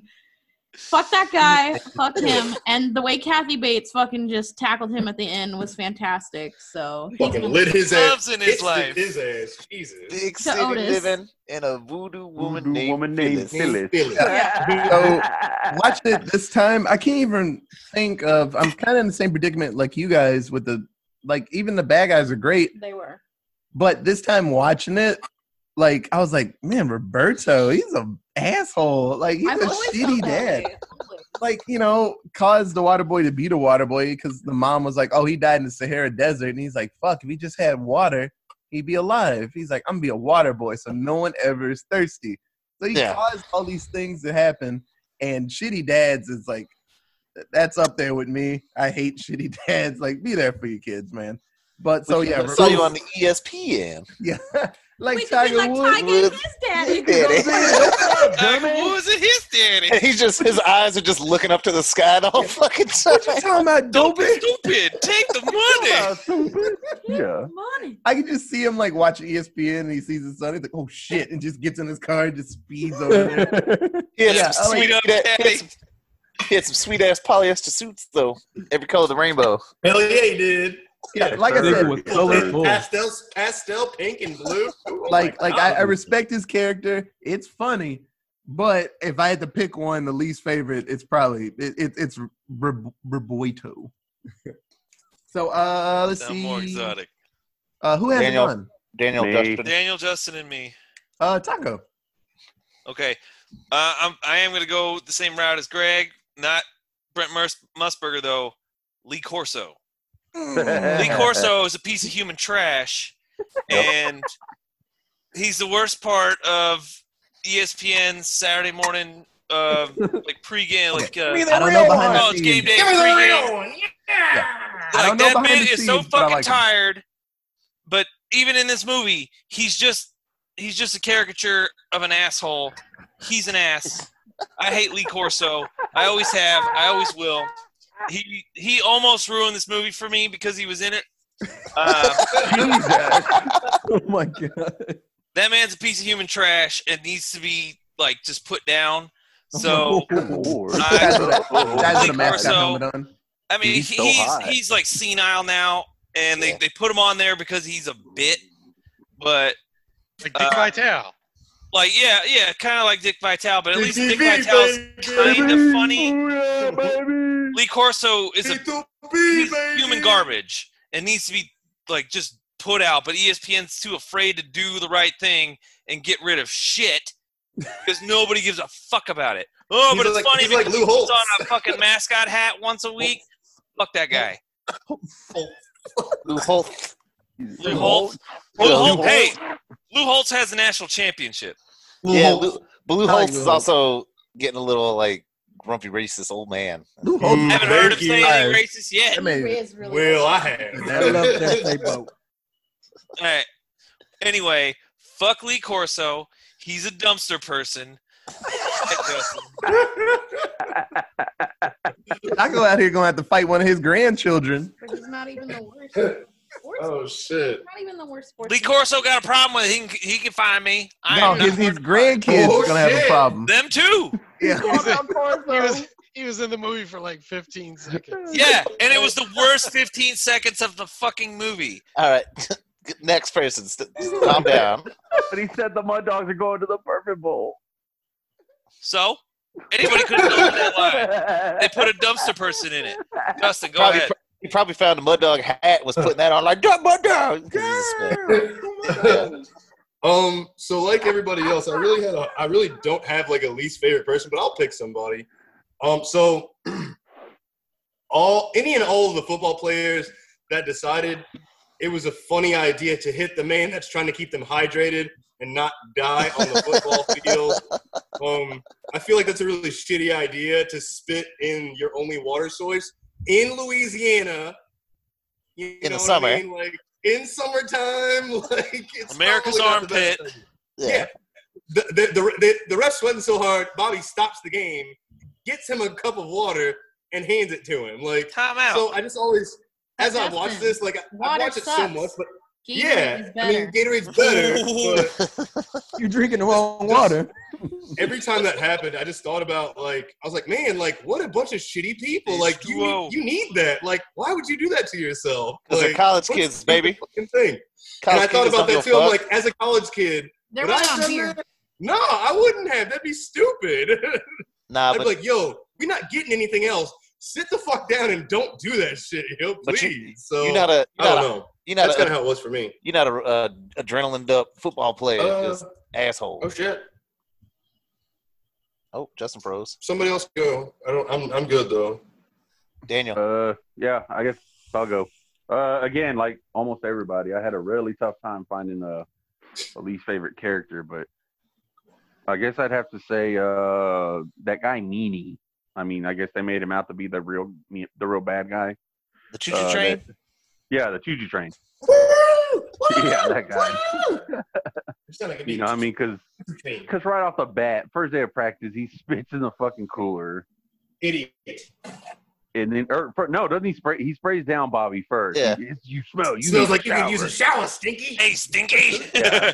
S3: Fuck that guy. Fuck him. And the way Kathy Bates fucking just tackled him at the end was fantastic. So he's
S6: Fucking
S3: gonna-
S6: lit his ass.
S5: loves in his
S6: Hits
S5: life.
S6: His ass. Jesus.
S4: Big city
S3: Otis.
S4: living and a voodoo woman
S2: Voodoo
S4: named
S2: woman named
S4: Phyllis.
S2: Phyllis.
S6: Phyllis.
S1: Watch it this time. I can't even think of. I'm kind of in the same predicament like you guys with the like. Even the bad guys are great,
S3: They were.
S1: but this time watching it, like I was like, man, Roberto, he's a asshole. Like he's
S3: I've
S1: a
S3: always felt
S1: shitty
S3: that
S1: dad.
S3: way. Always.
S1: like you know caused the water boy to beat a water boy because the mom was like oh he died in the sahara desert and he's like fuck if he just had water he'd be alive he's like i'm gonna be a water boy so no one ever is thirsty so he
S4: Yeah.
S1: caused all these things to happen and shitty dads is like that's up there with me i hate shitty dads like be there for your kids man But so yeah,
S4: I saw you
S1: Rose-
S4: on the E ESPN.
S1: yeah, like
S3: we could be
S1: Tiger
S3: like
S1: Woods.
S3: Tiger
S4: Woods.
S3: and his daddy.
S5: Like, what was it his daddy?
S4: He's just his eyes are just looking up to the sky the whole fucking time.
S1: What you talking about,
S5: Don't be
S1: dopey?
S5: stupid. Take the money.
S2: yeah.
S3: Money.
S1: I can just see him like E watching ESPN and he sees his son. He's like, oh shit, and just gets in his car and just speeds over there.
S4: He had
S1: Yeah,
S6: oh,
S4: some
S1: I like-
S4: sweet ass, he had some, he had some sweet ass polyester suits though. Every color of the rainbow.
S6: Hell yeah, he did.
S1: Yeah, like I
S8: Nigga
S1: said,
S8: was color full.
S6: pastel, pastel pink and blue. Oh my
S1: like like I, I
S6: God.
S1: respect his character. It's funny, but if I had to pick one, the least favorite, it's probably it, it, it's Rib- Riboito. So uh, let's
S5: Sound more
S1: see.
S5: exotic.
S1: Uh, who has
S4: Daniel.
S1: one?
S4: Daniel
S2: Me.
S4: Dustin.
S5: Daniel, Justin, and me.
S1: Uh, Taco.
S5: Okay, uh, I'm I am gonna go the same route as Greg. Not Brent Mus- Musburger though. Lee Corso. Lee Corso is a piece of human trash, and he's the worst part of E ESPN Saturday morning, uh, like pregame, like
S4: Give
S5: uh,
S4: me
S1: I
S4: the
S1: don't know
S4: real
S1: behind
S4: one.
S5: oh,
S1: the
S5: it's
S1: scenes.
S5: game day
S6: Give me the
S5: pregame.
S6: real one.
S1: I
S5: Like
S1: don't know
S5: that
S1: behind
S5: man
S1: the
S5: is so
S1: scenes, but I
S5: fucking
S1: like him.
S5: tired. But even in this movie, he's just he's just a caricature of an asshole. He's an ass. I hate Lee Corso. I always have. I always will. He he almost ruined this movie for me because he was in it. Uh,
S1: Oh my god.
S5: that man's a piece of human trash and needs to be like just put down. So
S1: that's what, I, that's what
S5: Lee
S1: a mascot
S5: Corso.
S1: helmet on.
S5: I mean,
S2: He's
S5: he-
S2: so
S5: he's
S2: hot.
S5: he's like senile now, and they, they put him on there because he's a bit. But
S7: Like
S6: Uh,
S7: Dick Vitale.
S5: like, yeah, yeah, kind of like Dick Vitale, but at least Dick
S6: DTV,
S5: Vitale's
S6: baby.
S5: kind of funny.
S2: Yeah, baby.
S5: Lee Corso is a
S6: D2B,
S5: he's
S6: baby.
S5: human garbage and needs to be like just put out. But E ESPN's too afraid to do the right thing and get rid of shit because nobody gives a fuck about it. Oh,
S6: He's
S5: but it's
S6: like-
S5: funny
S6: he's like
S5: because
S6: Lou
S5: he's
S6: Holtz.
S5: on a fucking mascot hat once a week. Fuck that guy.
S4: Lou Holtz.
S5: Lou Holtz. Lou
S4: Lou
S5: Holtz.
S4: Holtz.
S5: Hey, Lou Holtz has the national championship.
S4: Yeah, Lou, Blue
S1: I like
S4: Holtz
S1: Lou
S4: is
S1: Holtz.
S4: also getting a little like grumpy racist old man.
S1: Lou Holtz.
S5: I
S1: is
S5: haven't heard him
S6: Thank you.
S5: say anything racist yet.
S1: That man is-
S3: Is really
S6: Well, I
S1: I love that
S6: have.
S1: they both.
S5: All right. Anyway, fuck Lee Corso. He's a dumpster person. Fuck Justin.
S1: Taco out here gonna have to fight one of his grandchildren.
S3: But he's not even the worst. Sports,
S6: oh shit!
S3: Not even the worst sports.
S5: Lee Corso got a problem with it. He can, he can find me. I
S1: No,
S5: am not
S1: his, his
S5: worried.
S1: grandkids
S6: Oh,
S1: are gonna have a
S6: shit.
S1: problem.
S5: Them too.
S1: Yeah.
S7: He was, he was he was in the movie for like 15 seconds.
S5: Yeah, and it was the worst 15 seconds of the fucking movie.
S4: All right, next person. St- calm down.
S2: But he said the Mud Dogs are going to the Perfect Bowl.
S5: So anybody could have done that line. They put a dumpster person in it. Justin, go
S4: Probably-
S5: ahead.
S4: He probably found the mud dog hat. Was putting that on like "Duh, mud dog. 'cause he's a smell.
S6: um, so like everybody else, I really had a, I really don't have like a least favorite person, but I'll pick somebody. Um, so all any and all of the football players that decided it was a funny idea to hit the man that's trying to keep them hydrated and not die on the football field. Um, I feel like that's a really shitty idea to spit in your only water source in Louisiana. You
S4: In the
S6: know what I
S4: summer.
S6: mean? Like in summertime, like it's
S5: America's
S6: probably not the
S5: armpit.
S6: best idea.
S4: Yeah.
S6: The, the, the, the, the ref's sweating so hard, Bobby stops the game, gets him a cup of water, and hands it to him. Like,
S5: Time out.
S6: so I just always, as I watch
S3: Justin,
S6: this, like I, I
S3: water
S6: watch it so
S3: sucks.
S6: much, but
S3: Gatorade
S6: yeah,
S3: is
S6: I mean
S3: better.
S6: Gatorade's better. but
S1: You're drinking the wrong water.
S6: every time that happened, I just thought about like I was like, man, like what a bunch of shitty people. Like you,
S5: H2O.
S6: need- you need that. Like why would you do that to yourself?
S4: Those are
S6: Like,
S4: college
S6: what a
S4: kids,
S6: stupid
S4: baby.
S6: fucking thing.
S4: College
S6: and I thought
S4: kids
S6: about
S4: don't
S6: that
S4: give a
S6: too. I'm
S4: fuck.
S6: like, as a college kid,
S3: They're
S6: would I
S3: right
S6: have
S3: on
S6: done
S3: beer.
S6: that? No, I wouldn't have. That'd be stupid.
S4: nah,
S6: I'd be
S4: but
S6: like, yo, we're not getting anything else. Sit the fuck down and don't do that shit, yo,
S4: But
S6: please.
S4: you-
S6: so
S4: you're not a
S6: I
S4: you're not
S6: don't
S4: a
S6: know.
S4: you're
S6: That's
S4: not
S6: kind of
S4: a,
S6: how it was for me.
S4: you're not a uh, adrenaline up football player.
S6: Uh,
S4: just asshole.
S6: oh shit.
S4: Oh, Justin froze.
S6: Somebody else go. I don't. I'm. I'm good though.
S4: Daniel.
S2: Uh, yeah, I guess I'll go. Uh, again, like almost everybody, I had a really tough time finding a, a least favorite character, but I guess I'd have to say uh, that guy Nini. I mean, I guess they made him out to be the real the real bad guy.
S4: The choo choo
S2: uh,
S4: train.
S2: Yeah, the choo choo train.
S6: Woo!
S2: Yeah, that guy.
S6: You sound like a
S2: You know, what I mean, because
S6: mean?
S2: because right off the bat, first day of practice, he spits in the fucking cooler,
S6: Idiot.
S2: and then or, fir- no, doesn't he spray? He sprays down Bobby first.
S4: Yeah.
S2: He- you smell. You
S6: Smells
S2: need
S6: like you
S2: shower.
S6: could use a shower, Stinky.
S5: Hey, Stinky.
S2: Yeah.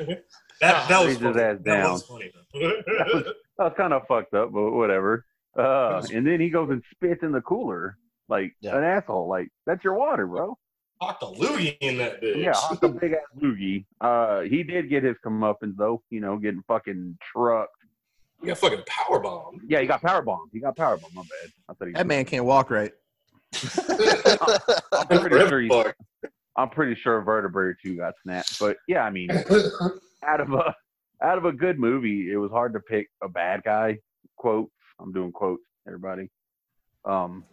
S6: That, that was
S2: Freeze his
S6: funny.
S2: ass
S6: That
S2: down.
S6: was funny.
S2: That was kind of fucked up, but whatever. Uh,
S6: was-
S2: and then he goes and spits in the cooler like
S4: Yeah.
S2: an asshole. Like that's your water, bro.
S6: Hocked a loogie in that bitch.
S2: Yeah, off the big ass loogie. Uh, he did get his comeuppance though. You know, getting fucking trucked.
S6: You got fucking power bomb.
S2: Yeah, he got power bombed. He got power bombed. My bad. I thought he.
S1: That man can't walk right.
S2: I'm pretty sure. He, I'm pretty sure a vertebrae or two got snapped. But yeah, I mean, out of a out of a good movie, it was hard to pick a bad guy. Quotes. I'm doing quotes, everybody. Um,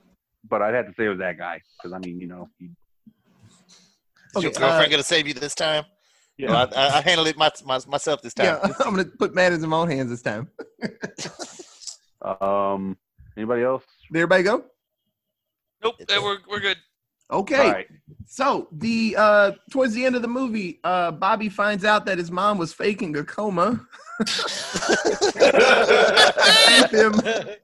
S2: but I'd have to say it was that guy because I mean, you know, he,
S4: Is your
S1: Okay,
S4: girlfriend
S1: uh,
S4: gonna save you this time?
S2: Yeah.
S4: Well, I, I, I handled it my, my, myself this time.
S1: Yeah, I'm gonna put matters in my own hands this time.
S2: Um, anybody else?
S1: Did everybody go?
S5: nope, that- we're, we're good.
S1: Okay.
S2: All right.
S1: So the uh towards the end of the movie, uh Bobby finds out that his mom was faking a coma to keep him,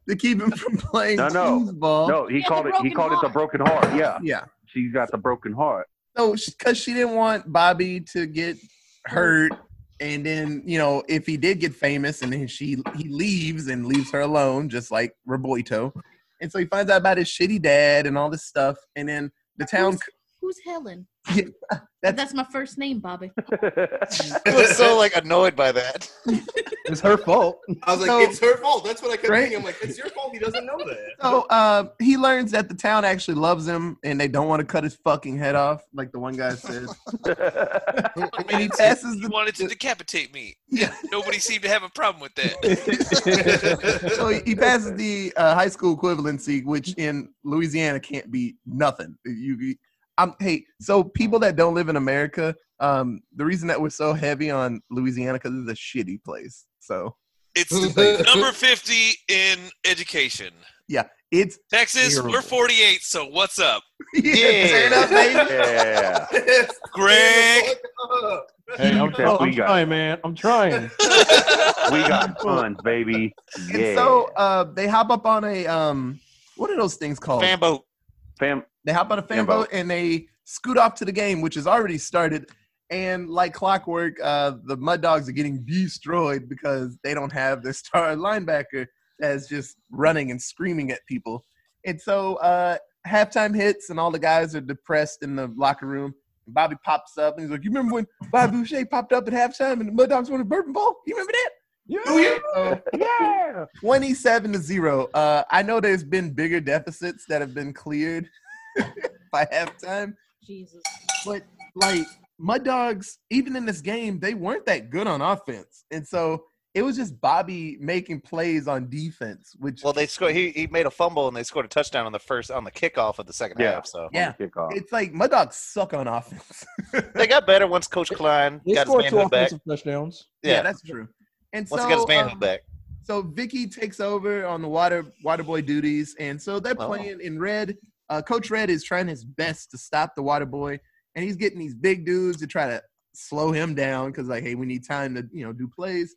S1: to keep him from playing
S2: No, no.
S1: foosball.
S2: No, he
S3: Yeah, the
S2: called it. He
S3: broken
S2: called it the
S3: heart.
S2: broken heart. Yeah,
S1: Yeah.
S2: she's got the broken heart.
S1: So because she didn't want Bobby to get hurt, and then you know if he did get famous, and then she he leaves and leaves her alone, just like Roboito, and so he finds out about his shitty dad and all this stuff, and then the town.
S3: Who's Helen?
S1: Yeah,
S3: That's, my first name, Bobby.
S4: I was so like annoyed by that.
S1: It's her fault.
S6: I was like,
S1: So-
S6: it's her fault. That's what I kept
S1: Right?
S6: thinking. I'm like, it's your fault. He doesn't know that.
S1: So uh, he learns that the town actually loves him, and they don't want to cut his fucking head off, like the one guy says. and he passes
S5: You
S1: the
S5: wanted to decapitate me.
S1: yeah.
S5: Nobody seemed to have a problem with that.
S1: so he, he passes the uh, high school equivalency, which in Louisiana can't be nothing. You, you- I'm hey. So people that don't live in America, um, the reason that we're so heavy on Louisiana because it's a shitty place. So
S5: It's number 50 in education.
S1: it's
S5: Texas, we're 48, so what's up?
S4: Yeah.
S1: Turn up, baby.
S2: yeah.
S5: Greg!
S8: hey, I'm,
S2: That's
S8: try-
S2: what
S8: I'm
S2: we got.
S8: trying, man. I'm trying.
S5: Oh.
S2: We got tons, baby.
S1: And
S2: Yeah.
S1: so uh, they hop up on a um, what are those things called?
S4: Fan boat.
S2: Fam,
S1: They hop on a fan
S2: Fan
S1: boat
S2: boat.
S1: and they scoot off to the game, which has already started. And like clockwork, uh, the Mud Dogs are getting destroyed because they don't have their star linebacker that's just running and screaming at people. And so uh, halftime hits, and all the guys are depressed in the locker room. And Bobby pops up and he's like, "You remember when Bobby Boucher popped up at halftime and the Mud Dogs won the Bourbon Bowl? You remember that?"
S6: you?
S1: So,
S2: yeah.
S1: 27 to 0. Uh, I know there's been bigger deficits that have been cleared by halftime,
S3: Jesus.
S1: but like Mud Dogs, even in this game, they weren't that good on offense. And so it was just Bobby making plays on defense, which
S4: Well, they scored. He, he made a fumble and they scored a touchdown on the first on the kickoff of the second
S2: Yeah.
S4: half. So
S1: Yeah.
S2: Kickoff.
S1: it's like Mud Dogs suck on offense.
S4: they got better once Coach Klein
S8: They
S4: got his
S8: scored two
S4: manhood back.
S8: offensive touchdowns.
S4: Yeah,
S1: that's true. And
S4: once
S1: so
S4: he got his
S1: um,
S4: manhood back.
S1: So Vicky takes over on the water water boy duties, and so they're
S4: Oh.
S1: playing in red. Uh, Coach Red is trying his best to stop the water boy, and he's getting these big dudes to try to slow him down because like, hey, we need time to you know do plays,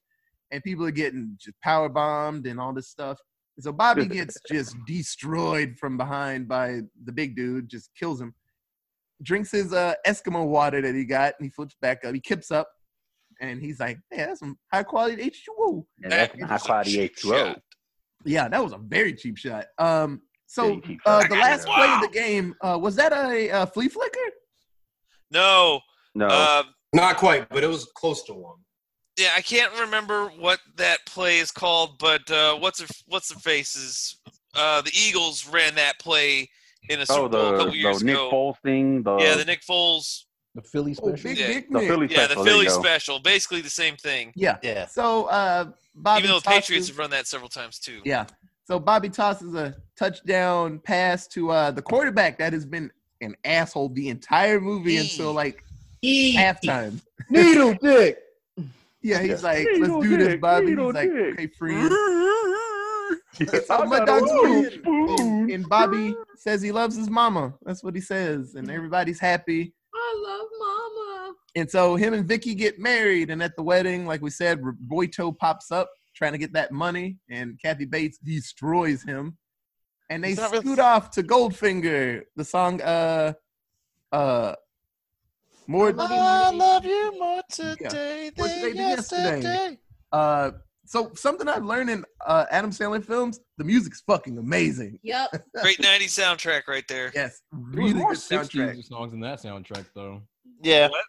S1: and people are getting just power bombed and all this stuff. And so Bobby gets just destroyed from behind by the big dude, just kills him. Drinks his uh, Eskimo water that he got, and he flips back up. He kips up, and he's like, "Yeah, that's some high quality H2O."
S2: And that's
S5: That
S2: high
S5: was a
S2: quality
S5: cheap
S2: H2O.
S5: shot.
S1: Yeah, that was a very cheap shot. Um, so
S2: Very cheap
S1: uh,
S2: shot.
S1: the last
S5: Wow.
S1: play of the game uh, was that a, uh flea flicker?
S5: No.
S2: No.
S5: Uh,
S6: Not quite, but it was close to one.
S5: yeah, I can't remember what that play is called, but uh, what's her, what's her face is uh, the Eagles ran that play in a Super
S2: oh,
S5: Bowl a
S2: the,
S5: couple years
S2: the Nick
S5: ago.
S2: Foles uh, thing. The,
S5: yeah, the Nick Foles.
S8: The Philly
S1: Oh,
S8: special.
S1: big
S5: Yeah.
S1: dick
S2: the
S1: Nick.
S2: Philly
S5: Yeah, the
S2: special. There you
S5: Philly
S2: go.
S5: special. Basically the same thing.
S1: Yeah.
S4: Yeah.
S1: So uh, Bobby
S5: Even though the
S1: tosses-
S5: Patriots have run that several times too.
S1: yeah. So Bobby tosses a touchdown pass to uh, the quarterback that has been an asshole the entire movie until like halftime.
S8: Needle dick.
S1: Yeah, he's like,
S2: Needle
S1: let's do this,
S2: dick,
S1: Bobby. He's
S2: needle
S1: like,
S2: dick.
S1: okay, freeze.
S2: Oh,
S1: So my dog's weird. And, and Bobby says he loves his mama. That's what he says, and everybody's happy.
S3: I love mama.
S1: And so him and Vicky get married, and at the wedding, like we said, Boito pops up trying to get that money, and Kathy Bates destroys him. And they
S4: It's not
S1: scoot
S4: really-
S1: off to Goldfinger, the song uh uh more
S4: Oh, I love you more today
S1: What
S4: than
S1: did they do yesterday?
S4: yesterday.
S1: uh so something I've learned in uh Adam Sandler films, the music's fucking amazing.
S3: Yep.
S5: Great 90s soundtrack right there.
S1: Yes,
S8: There was
S1: really
S8: more
S1: good
S8: 60s
S1: soundtrack.
S8: songs in that soundtrack, though.
S4: Yeah.
S5: What?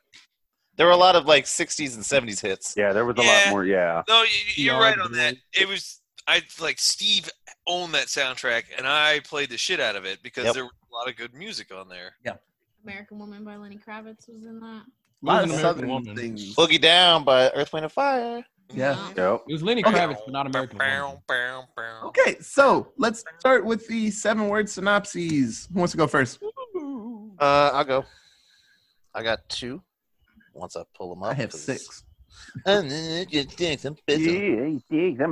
S4: There were a lot of like 60s and 70s hits.
S2: Yeah, there was a
S5: Yeah.
S2: lot more. Yeah.
S5: No, you- you're
S8: Yeah,
S5: right on
S8: dude.
S5: that. It was I like Steve owned that soundtrack, and I played the shit out of it because
S4: Yep.
S5: there was a lot of good music on there.
S3: American Woman by Lenny Kravitz was in that.
S1: A lot
S8: It
S1: of
S8: was an
S1: southern
S8: American woman.
S1: things.
S4: Boogie Down by Earth, Wind, and Fire.
S1: Yeah.
S2: Yep.
S8: It was Lenny Kravitz, but not American. Woman.
S1: Okay, so let's start with the seven word synopses. Who wants to go first?
S4: Uh, I'll go. I got two. Once I pull them up.
S1: I have
S4: 'cause-
S1: six.
S2: he digs. I'm an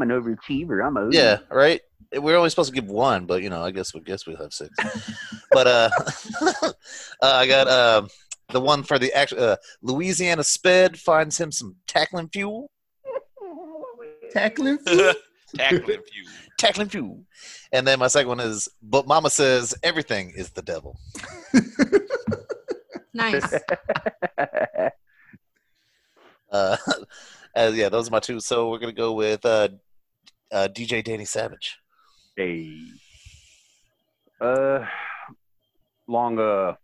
S2: overachiever. I'm a
S4: Yeah, right. We're only supposed to give one, but you know, I guess we guess we have six. but uh, uh, I got um the one for the actual uh, Louisiana sped finds him some tackling fuel,
S1: Tackling?
S5: Tackling you.
S4: tackling fuel, and then my second one is but Mama says everything is the devil.
S3: Nice.
S4: Uh, uh, yeah, those are my two. So we're gonna go with uh, uh DJ Danny Savage.
S2: Hey. Uh, long uh,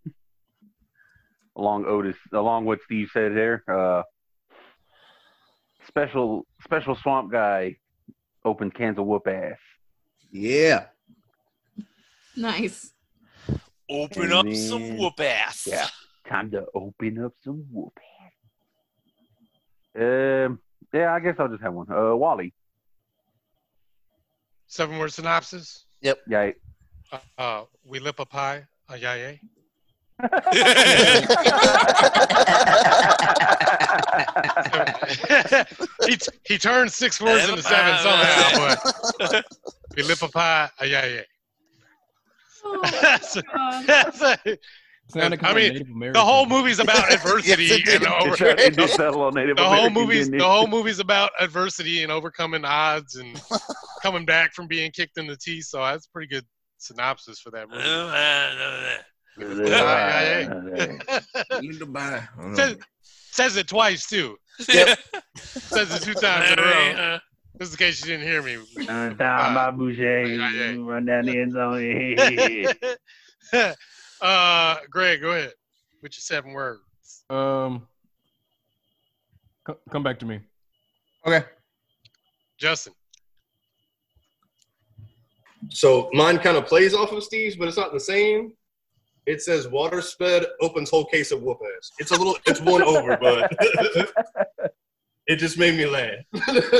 S2: along Otis, along what Steve said there. Uh, special special swamp guy opened cans of whoop ass.
S1: Yeah.
S3: nice.
S5: Open
S2: And
S5: up some
S2: then-
S5: whoop ass.
S2: Yeah. Time to open up some whoop ass. Um, yeah, I guess I'll just have one. Uh, Wally.
S7: Seven word synopsis.
S2: Yeah.
S7: Uh, uh, we lip a pie. A yaye. he, t- he turned six words into seven somehow, but we lip a pie. A yaye.
S3: Oh,
S7: That's-
S3: God.
S7: that's a-
S8: Sounded kind
S7: I
S8: of
S7: mean,
S8: Native
S7: the
S8: American.
S7: whole movie's about
S4: Yes,
S7: adversity
S4: it
S7: and
S4: did.
S7: over,
S4: That's right.
S2: It did settle on Native
S7: the whole
S2: Americans,
S7: movie's
S2: didn't
S7: the
S2: it?
S7: whole movie's about adversity and overcoming odds and coming back from being kicked in the teeth. So that's a pretty good synopsis for that movie. says, says it twice too.
S4: Yep.
S7: says it two times in a
S5: uh,
S7: row. Just in case you didn't hear me.
S2: Turn down my bougie,
S7: Yeah, yeah.
S2: you run down the end zone.
S7: uh, Greg, go ahead. What's your seven words?
S8: Um, co- come back to me.
S1: Okay.
S7: Justin.
S6: So mine kind of plays off of Steve's, but it's not the same. It says water sped opens whole case of whoop ass. It's a little, it's one over, but it just made me laugh.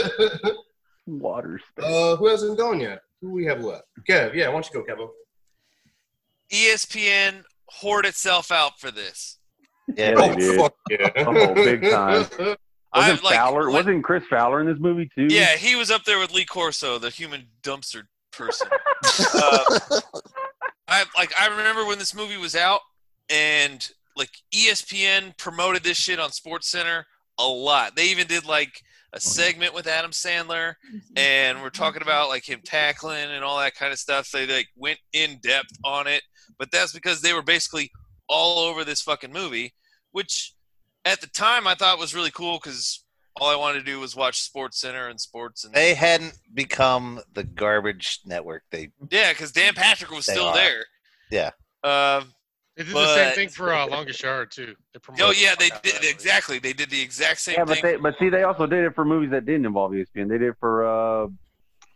S2: Water.
S6: uh, who hasn't gone yet? Who we have left? Kev, yeah, why don't you go, Kevo?
S5: E ESPN hoard itself out for this.
S4: Yeah,
S2: Yeah,
S4: they-
S2: they did.
S6: fuck yeah.
S2: Oh, big time.
S5: I'm
S2: Wasn't
S5: like-
S2: Fowler?
S5: like-
S2: wasn't Chris Fowler in this movie too?
S5: Yeah, he was up there with Lee Corso, the human dumpster person. uh, I like I remember when this movie was out, and like E ESPN promoted this shit on Sports Center a lot. They even did like
S2: Oh,
S5: a segment with Adam Sandler, and we're talking about like him tackling and all that kind of stuff. So they like went in depth on it, but that's because they were basically all over this fucking movie, which at the time I thought was really cool because all I wanted to do was watch Sports Center and sports and
S4: they hadn't become the garbage network they
S5: yeah, because Dan Patrick was
S4: They
S5: still
S4: are.
S5: there.
S4: Yeah.
S5: Um,
S7: They did the
S5: But-
S7: same thing for uh, Longest Yard too. They
S5: oh
S7: promoted
S5: yeah, they
S7: that
S5: did
S7: movie.
S5: exactly. They did the exact same
S2: Yeah,
S5: thing.
S2: but they, but see, they also did it for movies that didn't involve E ESPN. They did it for uh,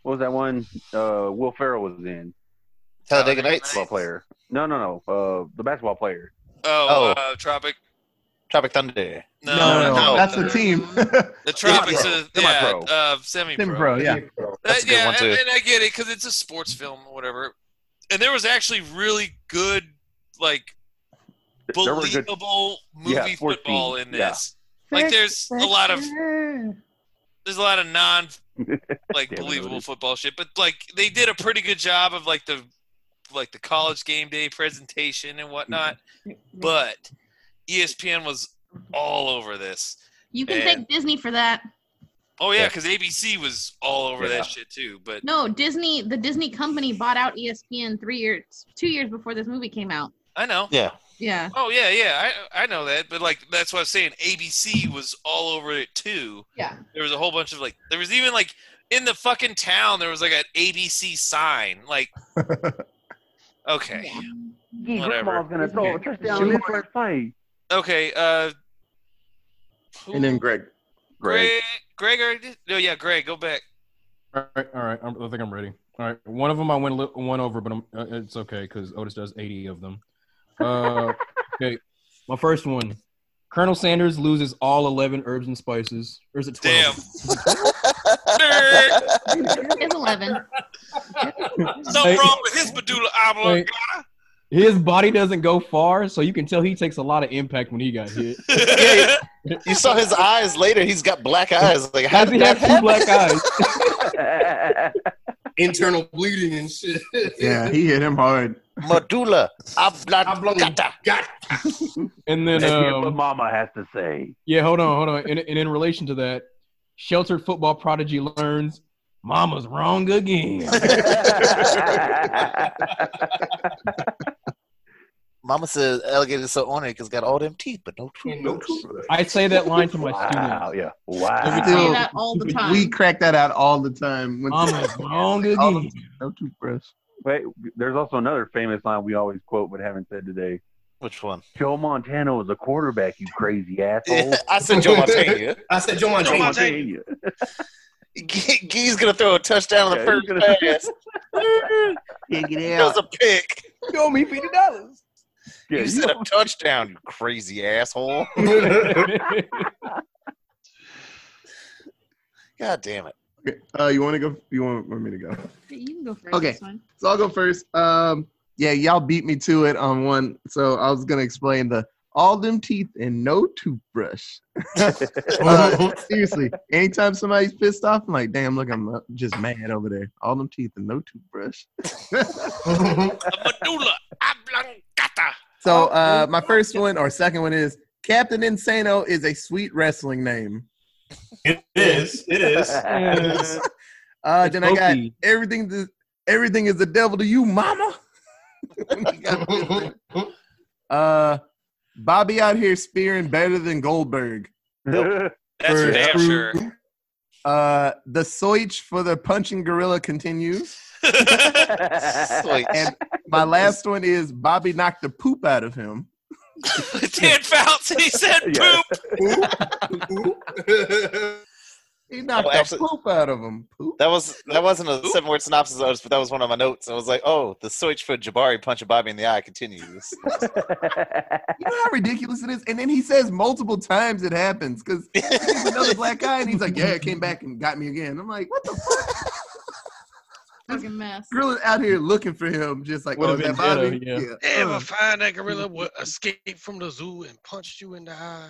S2: what was that one? Uh, Will Ferrell was in
S4: Talladega
S5: Talladega
S4: Nights
S2: basketball player. No, no, no. Uh, the basketball player.
S5: oh,
S4: oh.
S5: Uh, Tropic.
S4: Tropic Thunder.
S5: No,
S1: no, no,
S4: no.
S1: that's
S5: the,
S1: the team.
S5: the Tropics.
S2: Semi-pro.
S5: uh, yeah,
S2: Semi-pro.
S5: uh, semi
S1: Tim Bro, yeah.
S4: That's a good
S5: Uh, yeah,
S4: one, too.
S5: And, and I get it because it's a sports film, or whatever. And there was actually really good, like
S2: There were good.
S5: believable
S2: Yeah,
S5: movie
S2: sports
S5: football
S2: teams,
S5: in this. Like, there's a lot of there's a lot of non like
S2: Damn it,
S5: believable
S2: Odie.
S5: football shit, but like they did a pretty good job of like the like the college game day presentation and whatnot. But E ESPN was all over this.
S3: You can
S5: And-
S3: thank Disney for that.
S5: Oh yeah,
S4: Yeah.
S5: because ABC was all over
S2: Yeah.
S5: that shit too. But
S3: No, Disney, the Disney company bought out E ESPN three years, two years before this movie came out.
S5: I know.
S4: Yeah.
S3: Yeah.
S5: Oh yeah, yeah, I I know that, but like that's what I'm saying. ABC was all over it too.
S3: Yeah.
S5: There was a whole bunch of like, there was even like in the fucking town there was like an ABC sign. Like, okay,
S3: Yeah.
S2: Gee,
S5: Whatever.
S2: grandma's gonna throw a touchdown
S1: Sure.
S2: this first play.
S5: okay. Uh, who-
S1: And then Greg.
S2: Greg.
S5: Greg, Greg, already- no, oh, yeah, Greg, go back.
S8: All right, all right. I'm, I think I'm ready. All right, one of them I went li- one over, but I'm, uh, it's okay because Otis does 80 of them. Uh, okay, my first one. Colonel Sanders loses all 11 herbs and spices, or is it 12?
S5: Damn. Nerd.
S3: It's 11.
S5: Something wrong with his medulla oblongata.
S8: Like, his body doesn't go far, so you can tell he takes a lot of impact when he got hit.
S4: Yeah, You saw his eyes later. He's got black eyes. Like, how
S8: Does he
S4: did that
S8: have two
S4: happen?
S8: black eyes?
S6: Internal bleeding and shit.
S1: Yeah, he hit him hard.
S4: Medulla oblongata.
S6: Oblongata. God.
S8: And then,
S2: Let's hear what
S8: um,
S2: Mama has to say.
S8: yeah, hold on, hold on. And, and in relation to that, sheltered football prodigy learns, "Mama's wrong again."
S4: Mama says alligator's so ornery because got all them teeth, but no teeth.
S6: No truth.
S8: I say that line to my students.
S2: wow, yeah.
S3: I
S1: Still-
S2: Wow.
S3: say that all the time.
S1: We crack that out all the time. When-
S8: Mama's wrong
S1: All the
S8: again.
S1: time. No toothbrush.
S2: Wait, there's also another famous line we always quote but haven't said today.
S4: Which one? Oh.
S2: Joe Montana was a quarterback, you crazy asshole.
S4: Yeah, I said Joe Montana.
S6: I said, Joe
S2: Joe
S6: Montana.
S2: Montana.
S4: Gee- Gee's gonna throw a touchdown on
S2: Yeah,
S4: the first
S2: he's gonna-
S4: pass.
S1: Can't get it
S4: That was
S1: out.
S4: a pick.
S8: You owe me fifty dollars.
S2: Yeah,
S4: you
S2: you-
S4: said a touchdown, you crazy asshole. God damn it.
S1: Okay. Uh, you want to go? You want, want me to go?
S3: you can go first.
S1: Okay.
S3: it's fine.
S1: So I'll go first. Um, yeah, y'all beat me to it on one. So I was gonna explain the all them teeth and no toothbrush. Uh, seriously, anytime somebody's pissed off, I'm like, damn, look, I'm uh, just mad over there. All them teeth and no toothbrush.
S5: A medulla oblongata.
S1: So uh, my first one or second one is Captain Insano is a sweet wrestling name.
S6: It is. It is.
S1: Uh, then I got everything. To, everything is the devil to you, Mama. When he got pissed. Uh, Bobby out here spearing better than Goldberg.
S5: That's for
S1: For
S5: damn
S1: true.
S5: sure.
S1: Uh, the soich for the punching gorilla continues.
S4: Sweet.
S1: And my last one is Bobby knocked the poop out of him.
S5: Dan Fouts, he said
S2: Yeah.
S5: poop.
S1: He knocked
S4: Oh, actually-
S1: the poop out of him. Poop.
S4: That was that wasn't a seven word synopsis of this, but that was one of my notes. I was like, oh, the search for Jabari punching Bobby in the eye continues.
S1: You know how ridiculous it is. And then he says multiple times it happens because he's another black guy, and he's like, "Yeah, it came back and got me again." I'm like, "What the fuck?"
S3: Fucking mess.
S1: Gorilla out here looking for him, just like,
S8: Would've
S1: "Oh, is that
S8: been Jetta,
S1: Bobby?"
S8: yeah.
S1: Uh.
S7: Ever find that gorilla
S6: Mm.
S7: would escape from the zoo and punched you in the eye?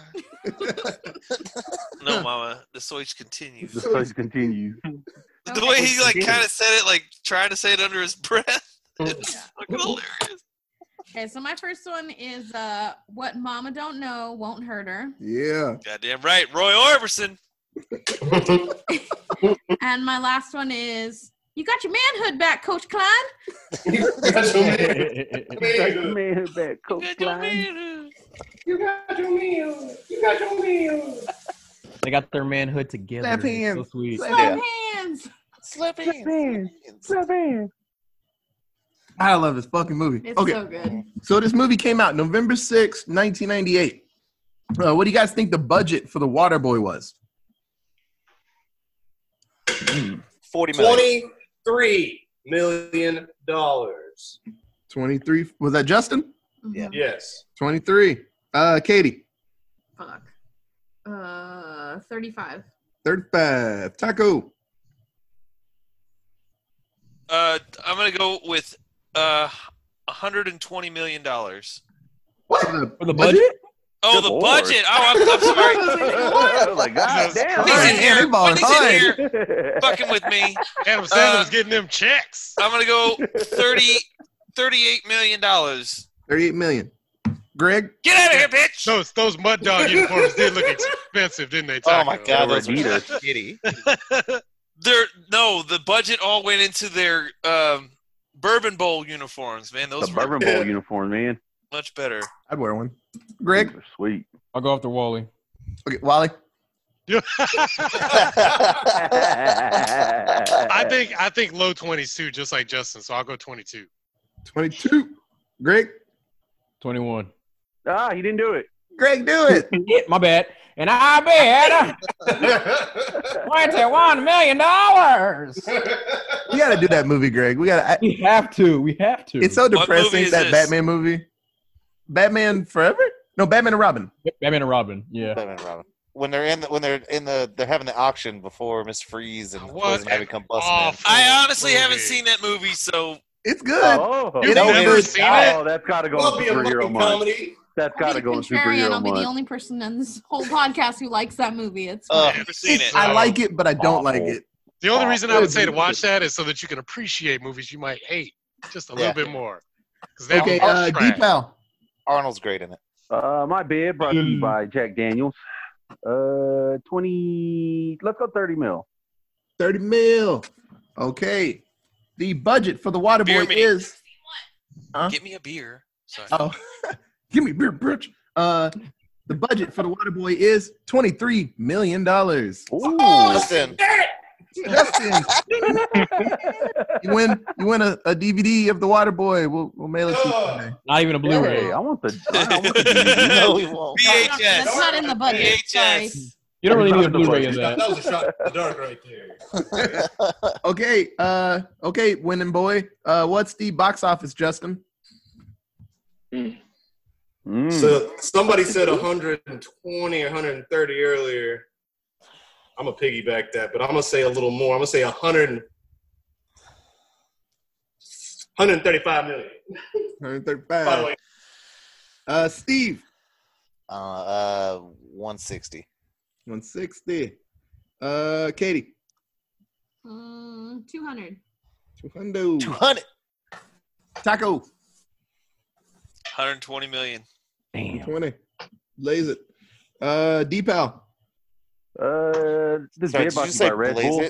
S5: No, Mama, the soich continues.
S2: the search continues.
S5: The way he like kind of said it, like trying to say it under his breath. It's fucking hilarious.
S3: Okay, so my first one is uh, What Mama Don't Know Won't Hurt Her.
S1: Yeah.
S5: Goddamn right, Roy Orbison.
S3: And my last one is You got your manhood back, Coach Klein.
S2: Take the man back, Coach Klein.
S8: they got their manhood together.
S1: Slap hands.
S8: So sweet.
S1: Slap-
S3: Slap hands.
S4: Slap hands.
S1: I love this fucking movie.
S3: It's
S1: okay,
S3: so good.
S1: So this movie came out November sixth, 1998. Uh, what do you guys think the budget for The Waterboy was?
S4: Forty million.
S6: Twenty-three million dollars.
S1: 23. Was that Justin?
S4: Yeah.
S3: Mhm.
S6: Yes.
S1: 23. Uh, Katie,
S3: Fuck. Uh, 35.
S1: 35. Taco,
S5: Uh, I'm gonna go with uh, 120 million dollars.
S1: what? For the,
S8: For the budget?
S5: Oh,
S2: Good
S5: the
S2: Lord.
S5: budget. Oh, I'm, I'm sorry.
S2: I was like, God
S7: Jesus
S2: damn.
S5: He's in
S1: Alright,
S5: here.
S1: everybody,
S5: Wendy's in
S1: alright.
S5: here fucking with me.
S7: Adam Sandler's
S5: Uh,
S7: getting them checks.
S5: I'm gonna go 30, 38 million dollars.
S1: 38 million. Greg,
S5: Get out of here, bitch!
S7: Those those mud dog uniforms did look expensive, didn't they?
S4: Oh
S7: Taco?
S4: my god, those were
S2: Adidas.
S4: so shitty.
S5: They're, no, the budget all went into their um, bourbon bowl uniforms. Man,
S2: The
S5: those were
S2: Bourbon Bowl uniform, man.
S5: much better.
S1: I'd wear one. Greg,
S2: They're Sweet.
S8: I'll go after Wally.
S1: okay, Wally.
S7: I
S2: I
S7: think I think low 20s too, just like Justin. So I'll go 22.
S1: 22. Greg,
S8: 21.
S2: Ah, he didn't do it.
S1: Greg, do it.
S8: Yeah, my bad. And I bet $21 million.
S1: We got to do that movie, Greg. We got to.
S8: We have to. We have to.
S1: It's so
S5: movie
S1: depressing
S5: is
S1: that
S5: this?
S1: Batman movie. Batman Forever? No, Batman and Robin.
S8: Batman and Robin. Yeah.
S4: Batman and Robin. When they're in, the, when they're in the, they're having the auction before Mister Freeze and
S7: What
S4: Poison Ivy
S7: an
S4: come busting in.
S7: awful
S5: I honestly
S7: movie.
S5: haven't seen that movie, so
S1: It's good.
S2: Oh,
S7: You've
S1: It ain't
S7: never
S1: good.
S7: seen
S2: oh, that's gotta go
S6: Well,
S2: on
S6: be a
S2: superhero
S6: fucking
S2: month.
S6: comedy.
S2: That's
S3: I'll
S2: gotta
S3: be the
S2: go on
S3: contrarian. I'll
S2: superhero
S3: be the
S2: month.
S3: only person in this whole podcast who likes that movie. It's
S4: Uh,
S5: I've never seen it.
S7: I-
S1: I like it, but I don't
S2: Awful.
S1: like it.
S7: The only reason I would say to watch that is so that you can appreciate movies you might hate just a
S4: Yeah.
S7: little bit more. 'Cause that
S1: Okay,
S7: was
S1: uh,
S7: trash.
S1: Deep Pal.
S4: Arnold's great in it.
S2: Uh, my bid brought to you
S4: Hmm.
S2: by Jack Daniels. Uh, twenty. Let's go thirty mil.
S1: 30 mil. Okay. The budget for the water
S5: Beer
S1: boy
S5: me.
S1: is
S5: get me a beer. Sorry.
S1: oh give me beer, bitch. Uh the budget for the water boy is 23 million dollars.
S2: Ooh.
S5: Oh.
S4: Justin,
S1: Justin, you win you win a, a DVD of the water boy. We'll we'll mail it to you today.
S8: Not even a Blu-ray.
S2: Hey, I want the. I want the DVD.
S4: no, he won't.
S5: VHS.
S3: That's not in the budget. Sorry.
S5: VHS.
S8: You don't really need a
S2: Not in the
S8: Blu-ray in
S2: budget.
S8: that.
S6: That was a shot in the dark right there.
S1: Okay, uh okay, winning boy. Uh what's the box office, Justin?
S2: Mm.
S6: So somebody said 120 or 130 earlier. I'm gonna piggyback that, but I'm gonna say a little more. I'm gonna say 100, and- 135 million. By the
S1: 135.
S6: way,
S1: Uh Steve,
S4: Uh, uh, 160.
S1: 160. Uh Katie,
S3: Mm, 200.
S1: 200.
S4: 200.
S1: Taco,
S5: 120 million.
S1: 20. Blaze it. Uh, D-Pal.
S2: uh, this
S4: Sorry,
S2: bid
S4: did
S2: brought
S4: you
S2: to
S4: say
S2: you by Red
S4: blaze
S2: Bull.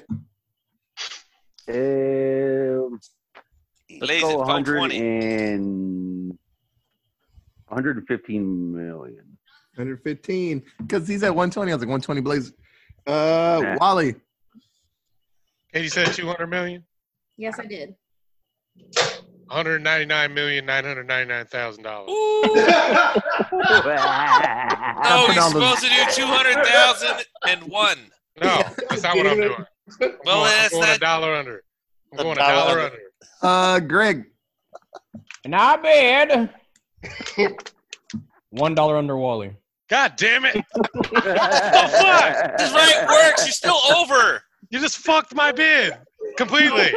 S4: it?
S2: Um,
S5: Blaze
S2: let's go
S5: it,
S2: 100
S5: 420.
S2: and 115 million.
S1: 115. Because he's at 120. I was like, 120 Blaze. Uh,
S2: Nah.
S1: Wally.
S7: Katie said 200 million,
S3: Yes, I did.
S7: 199 million, 999,000 dollars.
S5: No,
S1: Put
S5: he's
S1: on the-
S5: Oh, supposed to do 200,001.
S7: No, that's not what I'm doing. I'm
S5: Well,
S7: going, I'm
S5: that's
S7: going
S5: not-
S7: a dollar under. I'm
S4: A
S7: going a
S4: dollar
S7: dollar
S4: under.
S7: under.
S1: Uh, Greg.
S8: And I bet one dollar under Wally.
S7: God damn it!
S5: fuck? This right works. You're still over.
S7: You just fucked my bid completely.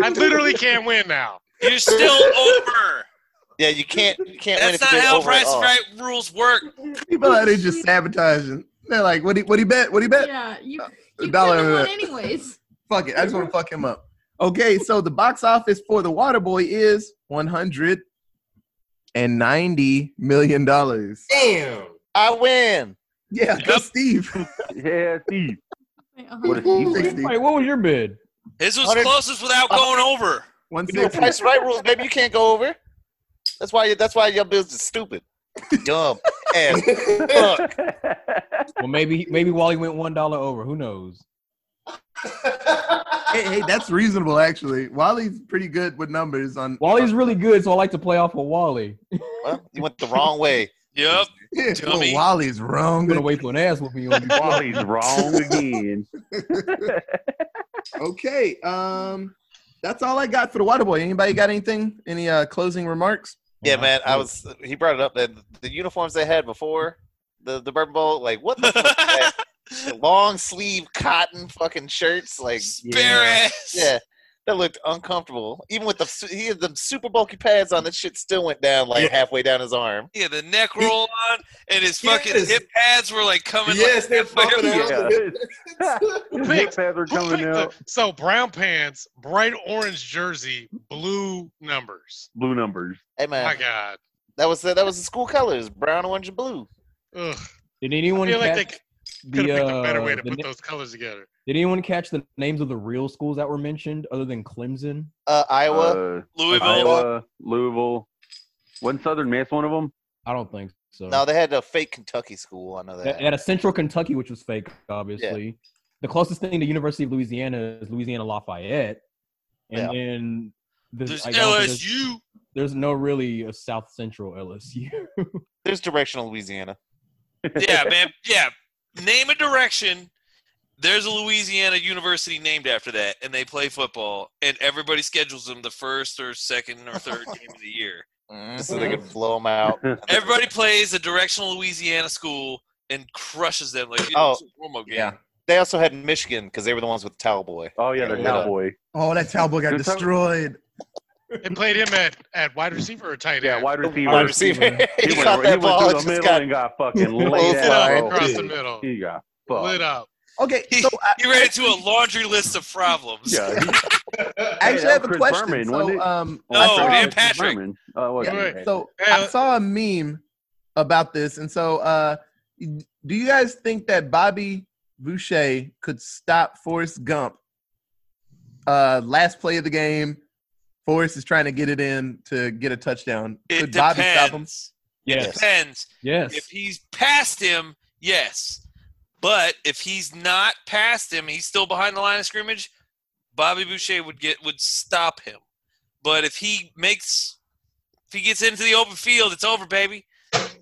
S7: I literally can't win now.
S5: You're still over.
S4: Yeah, you can't. You can't win
S5: That's
S4: if
S5: not
S4: you do it
S5: how
S4: over uh, at
S5: Price is
S4: all.
S5: Right rules work.
S1: People out there just sabotaging. They're like, what do what he bet? What he
S2: Uh,
S1: bet?
S3: Yeah, you, you
S1: dollar
S3: could have
S1: under
S3: won anyways.
S1: Fuck it. I just want to fuck him up. Okay, so the box office for The Waterboy is $190 million.
S6: damn.
S4: I win.
S1: Yeah, 'cause Steve.
S2: yeah, Steve. What
S3: Uh-huh.
S2: is he?
S1: 60.
S8: Wait, what was your bid?
S5: His was
S4: 100
S5: closest without going
S4: You
S5: over.
S4: do
S1: 160.
S4: Price is Right rules, baby. You can't go over. That's why. That's why your business is stupid. Dumb ass. Fuck.
S8: Well, maybe maybe Wally went one dollar over. Who knows?
S1: Hey, hey, that's reasonable, actually. Wally's pretty good with numbers on.
S8: Wally's really good, so I like to play off of Wally.
S4: Well, you went the wrong way.
S5: Yep.
S1: Yeah, well,
S5: Dummy.
S1: Wally's wrong.
S8: I'm gonna wait for an ass whooping. you on-
S2: Wally's wrong again.
S1: Okay. Um, that's all I got for the water boy. Anybody got anything? Any uh, closing remarks?
S4: Yeah, man. I was. He brought it up that the uniforms they had before the the Bourbon Bowl, like what the fuck is that? The long sleeve cotton fucking shirts, like
S5: Spare ass.
S4: yeah, that looked uncomfortable. Even with the su- he had them super bulky pads on, that shit still went down like
S6: Yeah.
S4: halfway down his arm.
S5: Yeah, the neck roll on and his fucking
S6: Yes.
S5: hip pads were like coming.
S6: yes,
S5: like,
S6: they're popping out.
S7: Who
S2: His
S7: picked?
S2: pads are
S7: Who
S2: coming
S7: picked
S2: out.
S7: the- so brown pants, bright orange jersey, blue numbers.
S2: Blue numbers.
S4: Hey
S7: My
S4: man,
S7: God.
S4: that was the, that was the school colors: brown, orange, and blue.
S7: Ugh.
S8: Did
S7: I
S8: anyone
S7: feel like
S8: catch
S7: they
S8: the,
S7: could have picked a better
S8: uh,
S7: way to
S8: the
S7: put
S8: na-
S7: those colors together.
S8: Did anyone catch the names of the real schools that were mentioned other than Clemson?
S4: Uh, Iowa.
S2: Uh,
S5: Louisville.
S2: Iowa, Louisville. Wasn't Southern Miss one of them?
S8: I don't think
S5: Mm.
S8: so.
S4: no, they had a fake Kentucky school. I know that.
S8: They had a Central Kentucky, which was fake, obviously. The closest thing to University of Louisiana is Louisiana Lafayette, and
S4: Yeah.
S8: then there's,
S5: There's
S8: I don't think There's,
S5: LSU.
S8: there's no really a South Central LSU.
S4: There's directional Louisiana.
S5: yeah, man. Yeah. Name a direction. There's a Louisiana university named after that, and they play football, and everybody schedules them the first or second or third game of the year.
S4: So they could blow them out.
S5: Everybody plays a directional Louisiana school and crushes them like
S4: Oh,
S5: it's a promo game.
S4: They also had Michigan because they were the ones with towel boy.
S2: oh yeah, the
S4: Yeah.
S2: Cowboy.
S1: Oh, that Talbot got
S2: There's some-
S1: destroyed.
S7: They played him at, at wide receiver or tight
S2: Yeah,
S7: end.
S2: wide receiver.
S4: Wide receiver. he,
S2: He went,
S4: caught
S2: he
S4: that
S2: went
S4: ball
S2: through the
S4: and just
S2: middle
S4: got
S2: and got fucking
S7: Lit
S2: laid
S7: up
S2: out, bro.
S7: across the middle.
S2: He got
S7: Lit
S2: fucked.
S7: up.
S1: Okay,
S5: He,
S1: so I,
S5: he ran into a laundry list of problems.
S2: Yeah, he-
S1: I actually have
S2: that was
S1: a
S2: Chris
S1: question.
S2: Berman, wasn't
S1: so,
S2: it?
S1: um,
S2: Oh,
S1: I
S5: No,
S1: saw-
S5: Dan
S2: Chris
S5: Patrick.
S2: Berman. Oh,
S1: Yeah.
S2: okay.
S1: So
S7: Yeah.
S1: I saw a meme about this, and so uh, do you guys think that Bobby Boucher could stop Forrest Gump? Uh, last play of the game, Forrest is trying to get it in to get a touchdown.
S5: It
S1: could Bobby stop him?
S5: depends. It
S8: yes,
S5: depends.
S8: yes.
S5: If he's past him, yes. But if he's not past him, he's still behind the line of scrimmage. Bobby Boucher would get would stop him. But if he makes, if he gets into the open field, it's over, baby.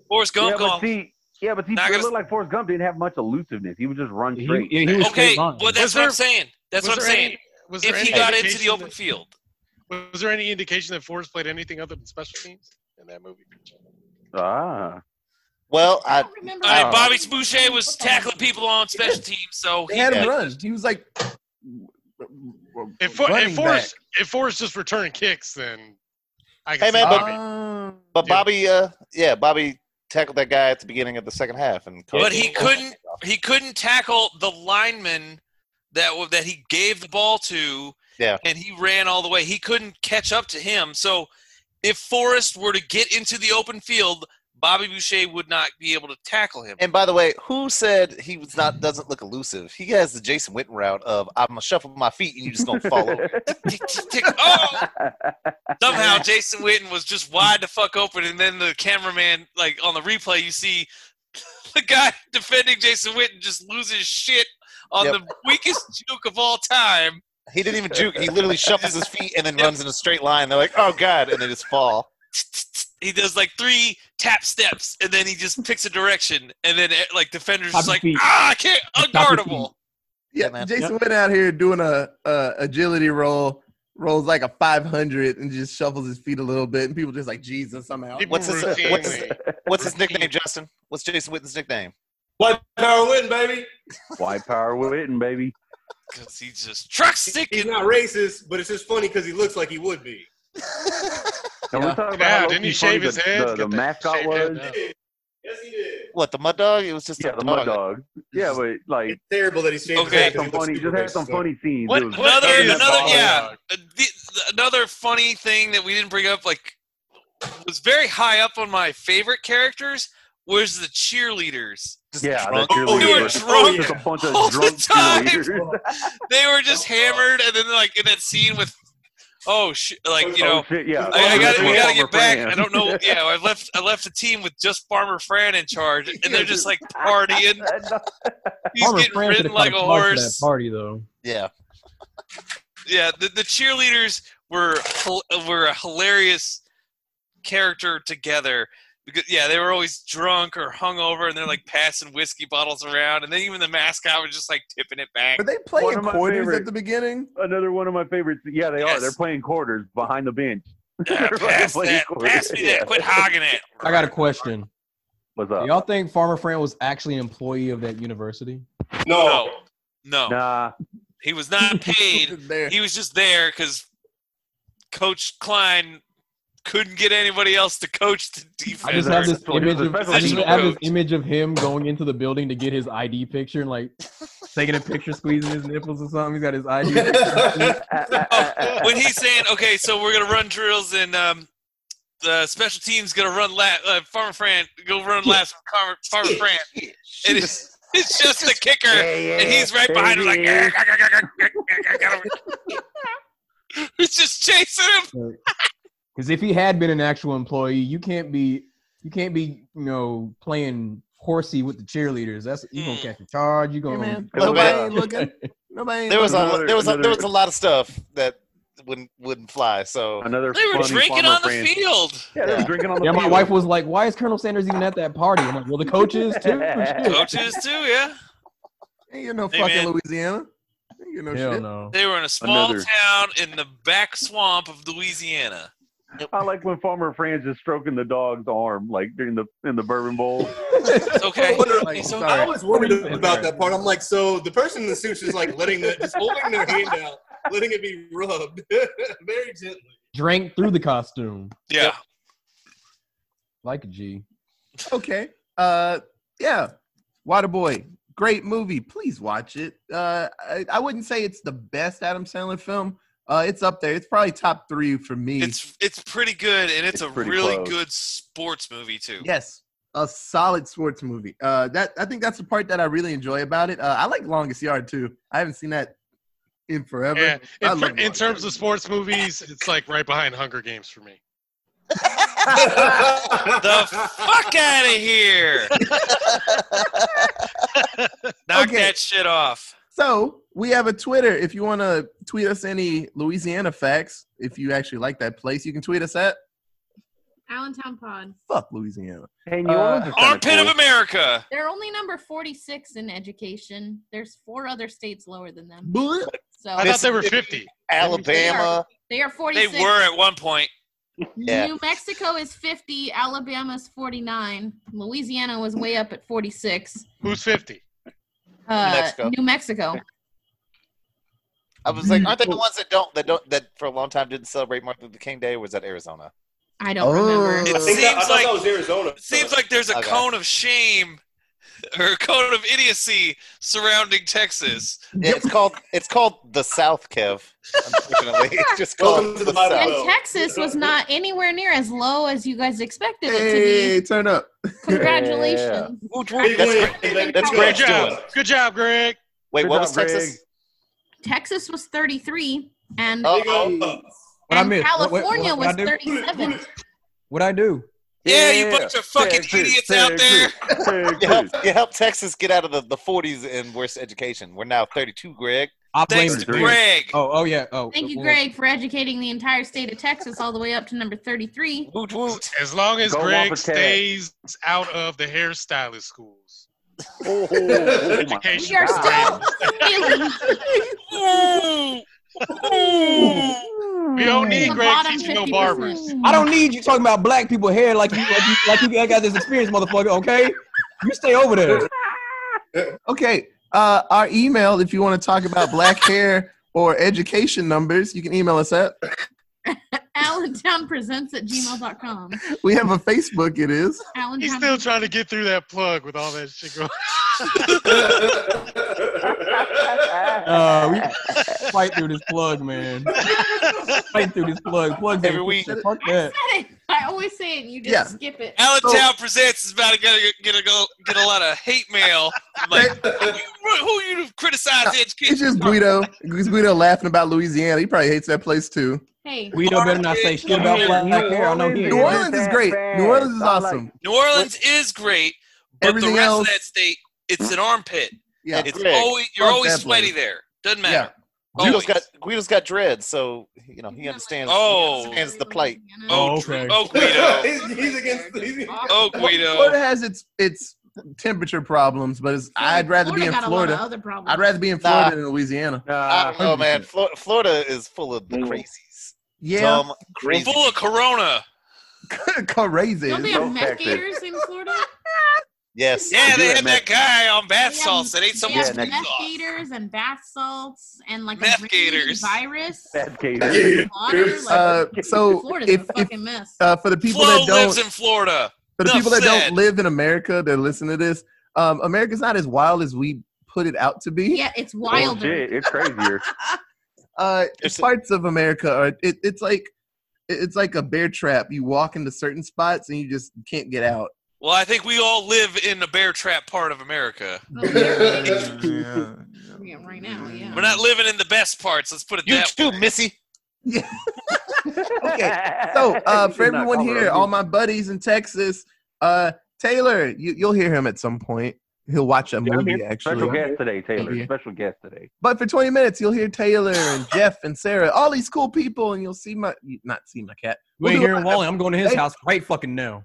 S5: Forrest Gump
S2: yeah,
S5: gone.
S2: but see, yeah, but see,
S5: Not
S2: it
S5: gonna-
S2: looked like Forrest Gump didn't have much elusiveness. He would just run
S8: He-
S2: straight.
S8: yeah, he was
S5: okay,
S8: straight line.
S5: well that's
S7: Was
S5: what I'm
S7: there-
S5: saying. That's
S7: Was
S5: what I'm
S7: there any-
S5: saying.
S7: was there
S5: If he
S7: any
S5: got into
S7: indication
S5: the open
S7: that-
S5: field,
S7: was there any indication that Forrest played anything other than special teams in that movie?
S2: Ah,
S4: Well, I,
S3: don't remember.
S5: I mean,
S4: Oh.
S5: Bobby Boucher was tackling people on special teams, so
S1: They
S5: he
S1: had him
S4: Yeah.
S1: run. He was like,
S7: If, For, if
S1: running
S7: Forrest if Forrest just returning kicks, then I can
S4: Hey,
S7: see
S4: man, but-
S7: Bobby.
S1: Um,
S4: but
S7: Dude.
S4: Bobby, uh, yeah, Bobby tackled that guy at the beginning of the second half, and
S5: But he couldn't. He couldn't tackle the lineman that w- that he gave the ball to.
S4: Yeah.
S5: And he ran all the way. He couldn't catch up to him. So if Forrest were to get into the open field, Bobby Boucher would not be able to tackle him.
S4: And by the way, who said he was not doesn't look elusive? He has the Jason Witten route of I'm gonna shuffle my feet and you just gonna fall over.
S5: Tick, tick, tick. Oh! Somehow Jason Witten was just wide the fuck open, and then the cameraman, like on the replay, you see the guy defending Jason Witten just loses shit on
S4: Yep.
S5: the weakest juke of all time.
S4: He didn't even juke. He literally shuffles his feet and then runs in a straight line. They're like, oh god, and they just fall.
S5: he does like three tap steps and then he just picks a direction and then eh, like defenders
S8: Top
S5: just like
S8: feet.
S5: ah I can't
S8: Top
S5: unguardable.
S1: yeah,
S4: Yeah, man.
S1: Jason went out here doing a, a agility roll, rolls like a 500 and just shuffles his feet a little bit, and people just like Jesus, I'm
S5: Uh,
S1: out.
S7: People
S4: what's his-
S7: routinely.
S4: what's- What's his nickname, Justin? What's Jason Witten's nickname?
S6: White power win, baby.
S2: white power waiting, baby.
S5: Because he just truck
S6: He's
S5: sticking.
S6: not racist, but it's just funny because he looks like he would be.
S2: And we're talking about
S7: Yeah,
S2: how low
S7: didn't he
S2: key
S7: shave
S2: funny
S7: his
S2: the,
S7: head?
S2: The, the
S7: Get that
S2: mascot
S7: shaved head
S2: was.
S7: down.
S6: Yes, he did.
S4: What the mud dog? It was just
S2: Yeah,
S4: a
S2: the mud
S4: dog.
S2: dog. Yeah, but like
S6: It's terrible that he's changed
S5: Okay.
S6: okay.
S2: had some funny, just had some funny scenes.
S5: What
S2: It was-
S5: another
S7: That is
S5: another
S7: solid.
S5: yeah uh, the, the- another funny thing that we didn't bring up like was very high up on my favorite characters was the cheerleaders.
S4: Just
S2: Yeah,
S4: drunk.
S2: the
S6: Oh,
S2: cheerleaders.
S5: They were drunk.
S6: yeah.
S2: Just a bunch of
S5: All the
S2: drunk
S5: time.
S2: cheerleaders.
S5: They were just
S7: Oh,
S5: hammered, and then like in that scene with oh sh- like you know
S2: oh, shit, yeah.
S5: I, I gotta,
S2: That's
S5: we
S2: where
S5: gotta get
S2: Farmer
S5: back.
S2: Fran-
S5: I don't know. Yeah, I left. I left the team with just Farmer Fran in charge, and they're just like partying. He's
S8: Farmer
S5: getting
S8: Fran
S5: ridden
S8: should've caught
S5: like a
S8: charge for That
S5: horse.
S8: party though.
S4: Yeah.
S5: Yeah, the, the cheerleaders were hil- were a hilarious character together. Because, yeah, they were always drunk or hungover, and they're like passing whiskey bottles around, and then even the mascot was just like tipping it back. Uh,
S1: Were they
S2: One
S1: playing
S2: of my
S1: quarters
S2: favorite-
S1: at the beginning?
S2: Another one of my favorites. Yeah, they
S5: Yes.
S2: are. They're playing quarters behind the bench.
S5: Yeah, pass
S2: Like,
S5: that.
S2: what?
S5: Pass me
S2: Yeah.
S5: that. Quit hogging it.
S8: I got a question.
S2: What's
S8: Do
S2: up?
S8: y'all think Farmer Fran was actually an employee of that university?
S6: No.
S5: No, no.
S2: Nah,
S5: He was not paid.
S1: There.
S5: he was just there because Coach Klein couldn't get anybody else to coach the defense.
S8: I just have this
S2: Special-
S8: image of
S2: special
S8: I just
S5: teams
S8: have this
S5: coach.
S8: image of him going into the building to get his ID picture and like taking a picture, squeezing his nipples or something. He's got his ID.
S5: oh, when he's saying, okay, so we're gonna run drills and um, the special team's gonna run lap. Uh, Farmer Fran go run laps with Farmer, Farmer Fran. And it's, it's just the kicker, and he's right behind him, like "Eh, gah, gah, gah, gah, gah, gah, gah, gah." he's just chasing him.
S8: Because if he had been an actual employee, you can't be you can't be you know playing horsey with the cheerleaders. That's you gonna
S5: Mm.
S8: catch a charge. You
S1: Hey,
S8: gonna
S1: man,
S4: Little
S1: nobody
S4: bit.
S1: ain't looking. Nobody ain't
S4: There was a
S2: Another-
S4: there was a, there
S2: another-
S4: was a lot of stuff that wouldn't wouldn't fly. So
S2: uh, Another
S5: They were
S2: funny
S5: drinking
S2: Farmer
S5: on the
S2: Fran-
S5: field.
S2: Yeah, they were drinking on the
S8: Yeah, my
S2: field.
S8: wife was like, "Why is Colonel Sanders even at that party?" I'm like, "Well, the coach is too." Shit.
S5: Coaches too, yeah.
S1: Ain't you no
S5: Hey,
S1: fucking
S5: man.
S1: Louisiana. Ain't you no
S8: Hell
S1: shit.
S8: no.
S5: They were in a small
S2: Another-
S5: town in the back swamp of Louisiana.
S2: I like when Farmer Fran's is stroking the dog's arm, like during the in the bourbon bowl.
S5: It's okay.
S1: Like,
S5: So-
S6: I
S1: sorry.
S6: always worried
S8: Sorry.
S6: about that part. I'm like, so the person in the suit is like letting the, just holding their hand out, letting it be rubbed very gently.
S8: Drank through the costume
S5: Yeah.
S8: like a G.
S1: Okay. Uh, yeah. Waterboy, great movie. Please watch it. Uh, I, I wouldn't say it's the best Adam Sandler film. Uh, it's up there. It's probably top three for me.
S5: It's it's pretty good, and it's,
S2: It's
S5: a
S2: pretty
S5: really
S2: close.
S5: good sports movie too.
S1: Yes, a solid sports movie. Uh, that I think that's the part that I really enjoy about it. Uh, I like Longest Yard too. I haven't seen that in forever.
S7: Yeah,
S1: I love
S7: in, in
S1: Longest
S7: terms
S1: Yard.
S7: of sports movies, it's like right behind Hunger Games for me.
S5: The fuck out of here! Knock
S1: Okay.
S5: that shit off.
S1: So we have a Twitter. If you want to tweet us any Louisiana facts, if you actually like that place, you can tweet us at
S3: Allentown Pod.
S1: fuck Louisiana.
S2: Hey, New
S1: Uh,
S2: Orleans is kinda
S5: Armpit
S2: cool.
S5: of America.
S3: They're only number 46 in education. There's four other states lower than them.
S1: Bleh.
S3: So
S7: I thought they were 50.
S4: Alabama,
S3: they are 46.
S5: They were at one point.
S4: yeah.
S3: New Mexico is 50. Alabama's 49. Louisiana was way up at 46.
S7: Who's 50?
S3: Uh,
S4: Mexico.
S3: New Mexico.
S4: I was like, aren't they the ones that don't that don't that for a long time didn't celebrate Martin Luther King Day? Or was that Arizona?
S3: I don't
S1: Oh.
S3: remember.
S5: It
S6: I think
S5: seems
S6: that, I thought
S5: like
S6: that was Arizona.
S5: it seems like there's a
S4: Okay.
S5: cone of shame or a cone of idiocy surrounding Texas.
S4: Yeah, it's called it's called the South, Kev. Unfortunately, it's just
S6: Welcome
S4: called
S6: to
S4: the
S6: the Bible
S4: South.
S6: Belt.
S3: And Texas was not anywhere near as low as you guys expected
S1: Hey,
S3: it to be.
S1: turn up.
S3: Congratulations.
S4: Woot, woot.
S6: Big
S4: That's
S6: win.
S4: great.
S6: Let me
S4: That's
S6: go.
S4: great.
S7: Good
S4: Greg's
S7: job.
S4: doing
S7: Good job, Greg.
S4: Wait,
S2: Good
S4: what
S2: job,
S4: was Texas?
S2: Greg.
S3: Texas was 33, and,
S4: Oh,
S6: Big old up.
S8: What I
S3: and
S8: missed? What- what-
S3: California
S8: what- what I
S3: was
S8: do?
S3: 37.
S8: What I do?
S5: Yeah, you bunch of fucking
S2: Texas,
S5: idiots out there.
S2: Texas,
S4: You helped,
S2: Texas.
S4: you helped Texas get out of the, the 40s in worse education. We're now 32, Greg.
S8: I blame
S5: Thanks to
S8: Greg.
S5: Greg.
S8: Oh, oh yeah. Oh,
S3: Thank you,
S8: well,
S3: Greg, for educating the entire state of Texas all the way up to number 33.
S4: Woot woot.
S7: As long as
S2: Go
S7: Greg
S2: Wobbetters.
S7: stays out of the hairstylist schools.
S2: Oh, oh my
S7: Education
S3: We are
S7: is
S3: still
S7: banned.
S3: really
S5: Ooh. Ooh.
S7: We don't need
S3: The
S7: Greg
S3: bottom
S7: teaching no
S3: 50%.
S7: barbers.
S8: I don't need you talking about black people hair like you like you like you ain't got this experience, motherfucker. Okay, you stay over there.
S1: Okay. Uh, our email, if you want to talk about black hair or education numbers, you can email us at.
S3: Allentown presents at gmail.com.
S1: We have a Facebook. It is.
S7: He's
S3: Allentown
S7: still trying to get through that plug with all that shit going.
S8: Uh, we fight through this plug, man. Fight through this plug. Plug
S4: Every week.
S8: Fuck
S3: I
S8: that.
S3: said it. I always say it and you just
S1: Yeah.
S3: skip it.
S5: Allentown Presents is about to get a, get, a, go- get a lot of hate mail. I'm like, who, who you criticize education?
S1: It's just Guido. It's Guido laughing about Louisiana. He probably hates that place too.
S3: Hey,
S8: We know better not say shit about black hair. I know he
S1: New
S8: ain't.
S1: Orleans is great. New Orleans is awesome.
S5: New Orleans is great, but
S1: Everything
S5: the rest
S1: else-
S5: of that state, it's an armpit.
S1: Yeah.
S5: It's
S4: Greg,
S5: always you're
S1: fuck
S5: always
S1: that
S5: sweaty
S1: place.
S5: there. Doesn't matter.
S4: Guido's
S5: Always.
S4: got Guido's got dreads, so you know he
S3: He's not
S4: understands.
S3: like-
S5: Oh.
S4: understands the plight.
S3: Louisiana.
S5: oh,
S8: Oh,
S5: Dre-
S8: okay.
S5: oh Guido.
S6: he's, he's against. He's,
S5: Oh
S1: Florida
S5: Guido.
S1: has its its temperature problems, but it's, I'd rather be in
S3: got a lot of
S1: Florida.
S3: other problems.
S1: I'd rather be in
S4: Nah.
S1: Florida than Louisiana.
S4: I don't
S2: Nah,
S4: know, man. Flo- Florida is full of the crazies.
S1: Yeah,
S4: Dumb, crazy.
S5: Full of Corona.
S1: crazy.
S3: Don't they
S2: No
S3: have meth
S2: Texas.
S3: gators in Florida?
S4: Yes.
S5: Yeah,
S2: do
S5: they
S2: that
S5: had
S2: meth-
S5: that guy on bath
S3: Yeah,
S5: salts that ate
S3: yeah,
S5: someone's
S2: next-
S5: teeth
S3: meth
S5: off.
S3: gators and bath salts and like
S5: Meth
S3: a really
S5: gators.
S3: virus.
S2: That gator.
S6: Yeah.
S3: Water, like,
S1: Uh, so
S3: Florida's
S1: if,
S3: a
S1: if
S3: fucking mess.
S1: uh, for the people
S5: Flo
S1: that don't
S5: lives in Florida.
S1: for the
S5: Enough
S1: people that
S5: said.
S1: don't live in America that listen to this, um, America's not as wild as we put it out to be.
S3: yeah, it's
S2: Oh,
S3: wilder.
S2: shit, it's crazier.
S1: Uh,
S4: It's-
S1: parts of America are it, it's like it- it's like a bear trap. You walk into certain spots and you just can't get out.
S5: Well, I think we all live in the bear trap part of America.
S3: But we're really-
S1: yeah,
S3: Yeah, right now, yeah.
S5: We're
S1: Hmm.
S5: not living in the best parts. Let's put it
S4: You
S5: that
S4: too, Missy.
S1: Okay, So uh, for everyone here, all my buddies in Texas, uh, Taylor, you, you'll hear him at some point. He'll watch a
S2: Yeah, I'm
S1: movie
S2: here. special
S1: actually.
S2: guest today, Taylor.
S1: Yeah.
S2: Special guest today.
S1: But for 20 minutes, you'll hear Taylor and Jeff and Sarah, all these cool people, and you'll see my not see my cat.
S8: We ain't
S1: We'll do
S8: hearing
S1: a-
S8: Wally. I'm going to his
S1: Hey.
S8: house right fucking now.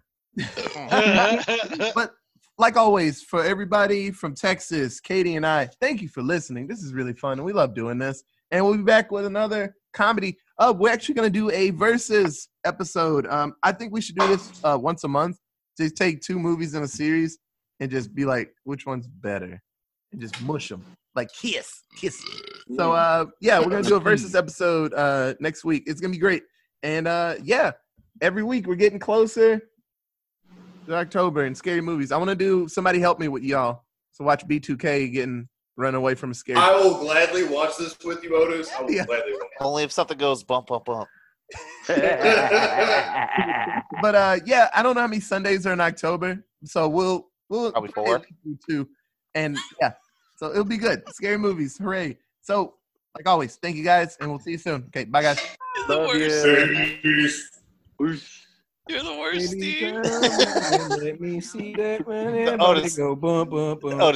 S1: but like always, for everybody from Texas, Katie and I, thank you for listening. This is really fun, and we love doing this. And we'll be back with another comedy. Uh, we're actually going to do a versus episode. Um, I think we should do this uh, once a month. Just take two movies in a series and just be like, which one's better, and just mush them like kiss, kiss. So uh, yeah, we're going to do a versus episode uh, next week. It's going to be great. And uh, yeah, every week we're getting closer. to October and scary movies. I want to do somebody help me with y'all. So watch B2K getting run away from a scary.
S6: I will gladly watch this with you, Otis. I will
S1: Yeah.
S6: gladly watch.
S4: Only if something goes bump, bump, bump.
S1: But uh, yeah, I don't know how many Sundays are in October, so we'll we'll
S4: Probably four.
S1: do two, and yeah, so it'll be good. Scary movies, hooray! So like always, thank you guys, and we'll see you soon. Okay, bye guys.
S5: You're the
S2: Love
S5: worst.
S2: you.
S6: Peace.
S5: You're the worst, dude.
S8: Let me see that
S4: Otis.
S8: go bump bump bump.
S4: Oh,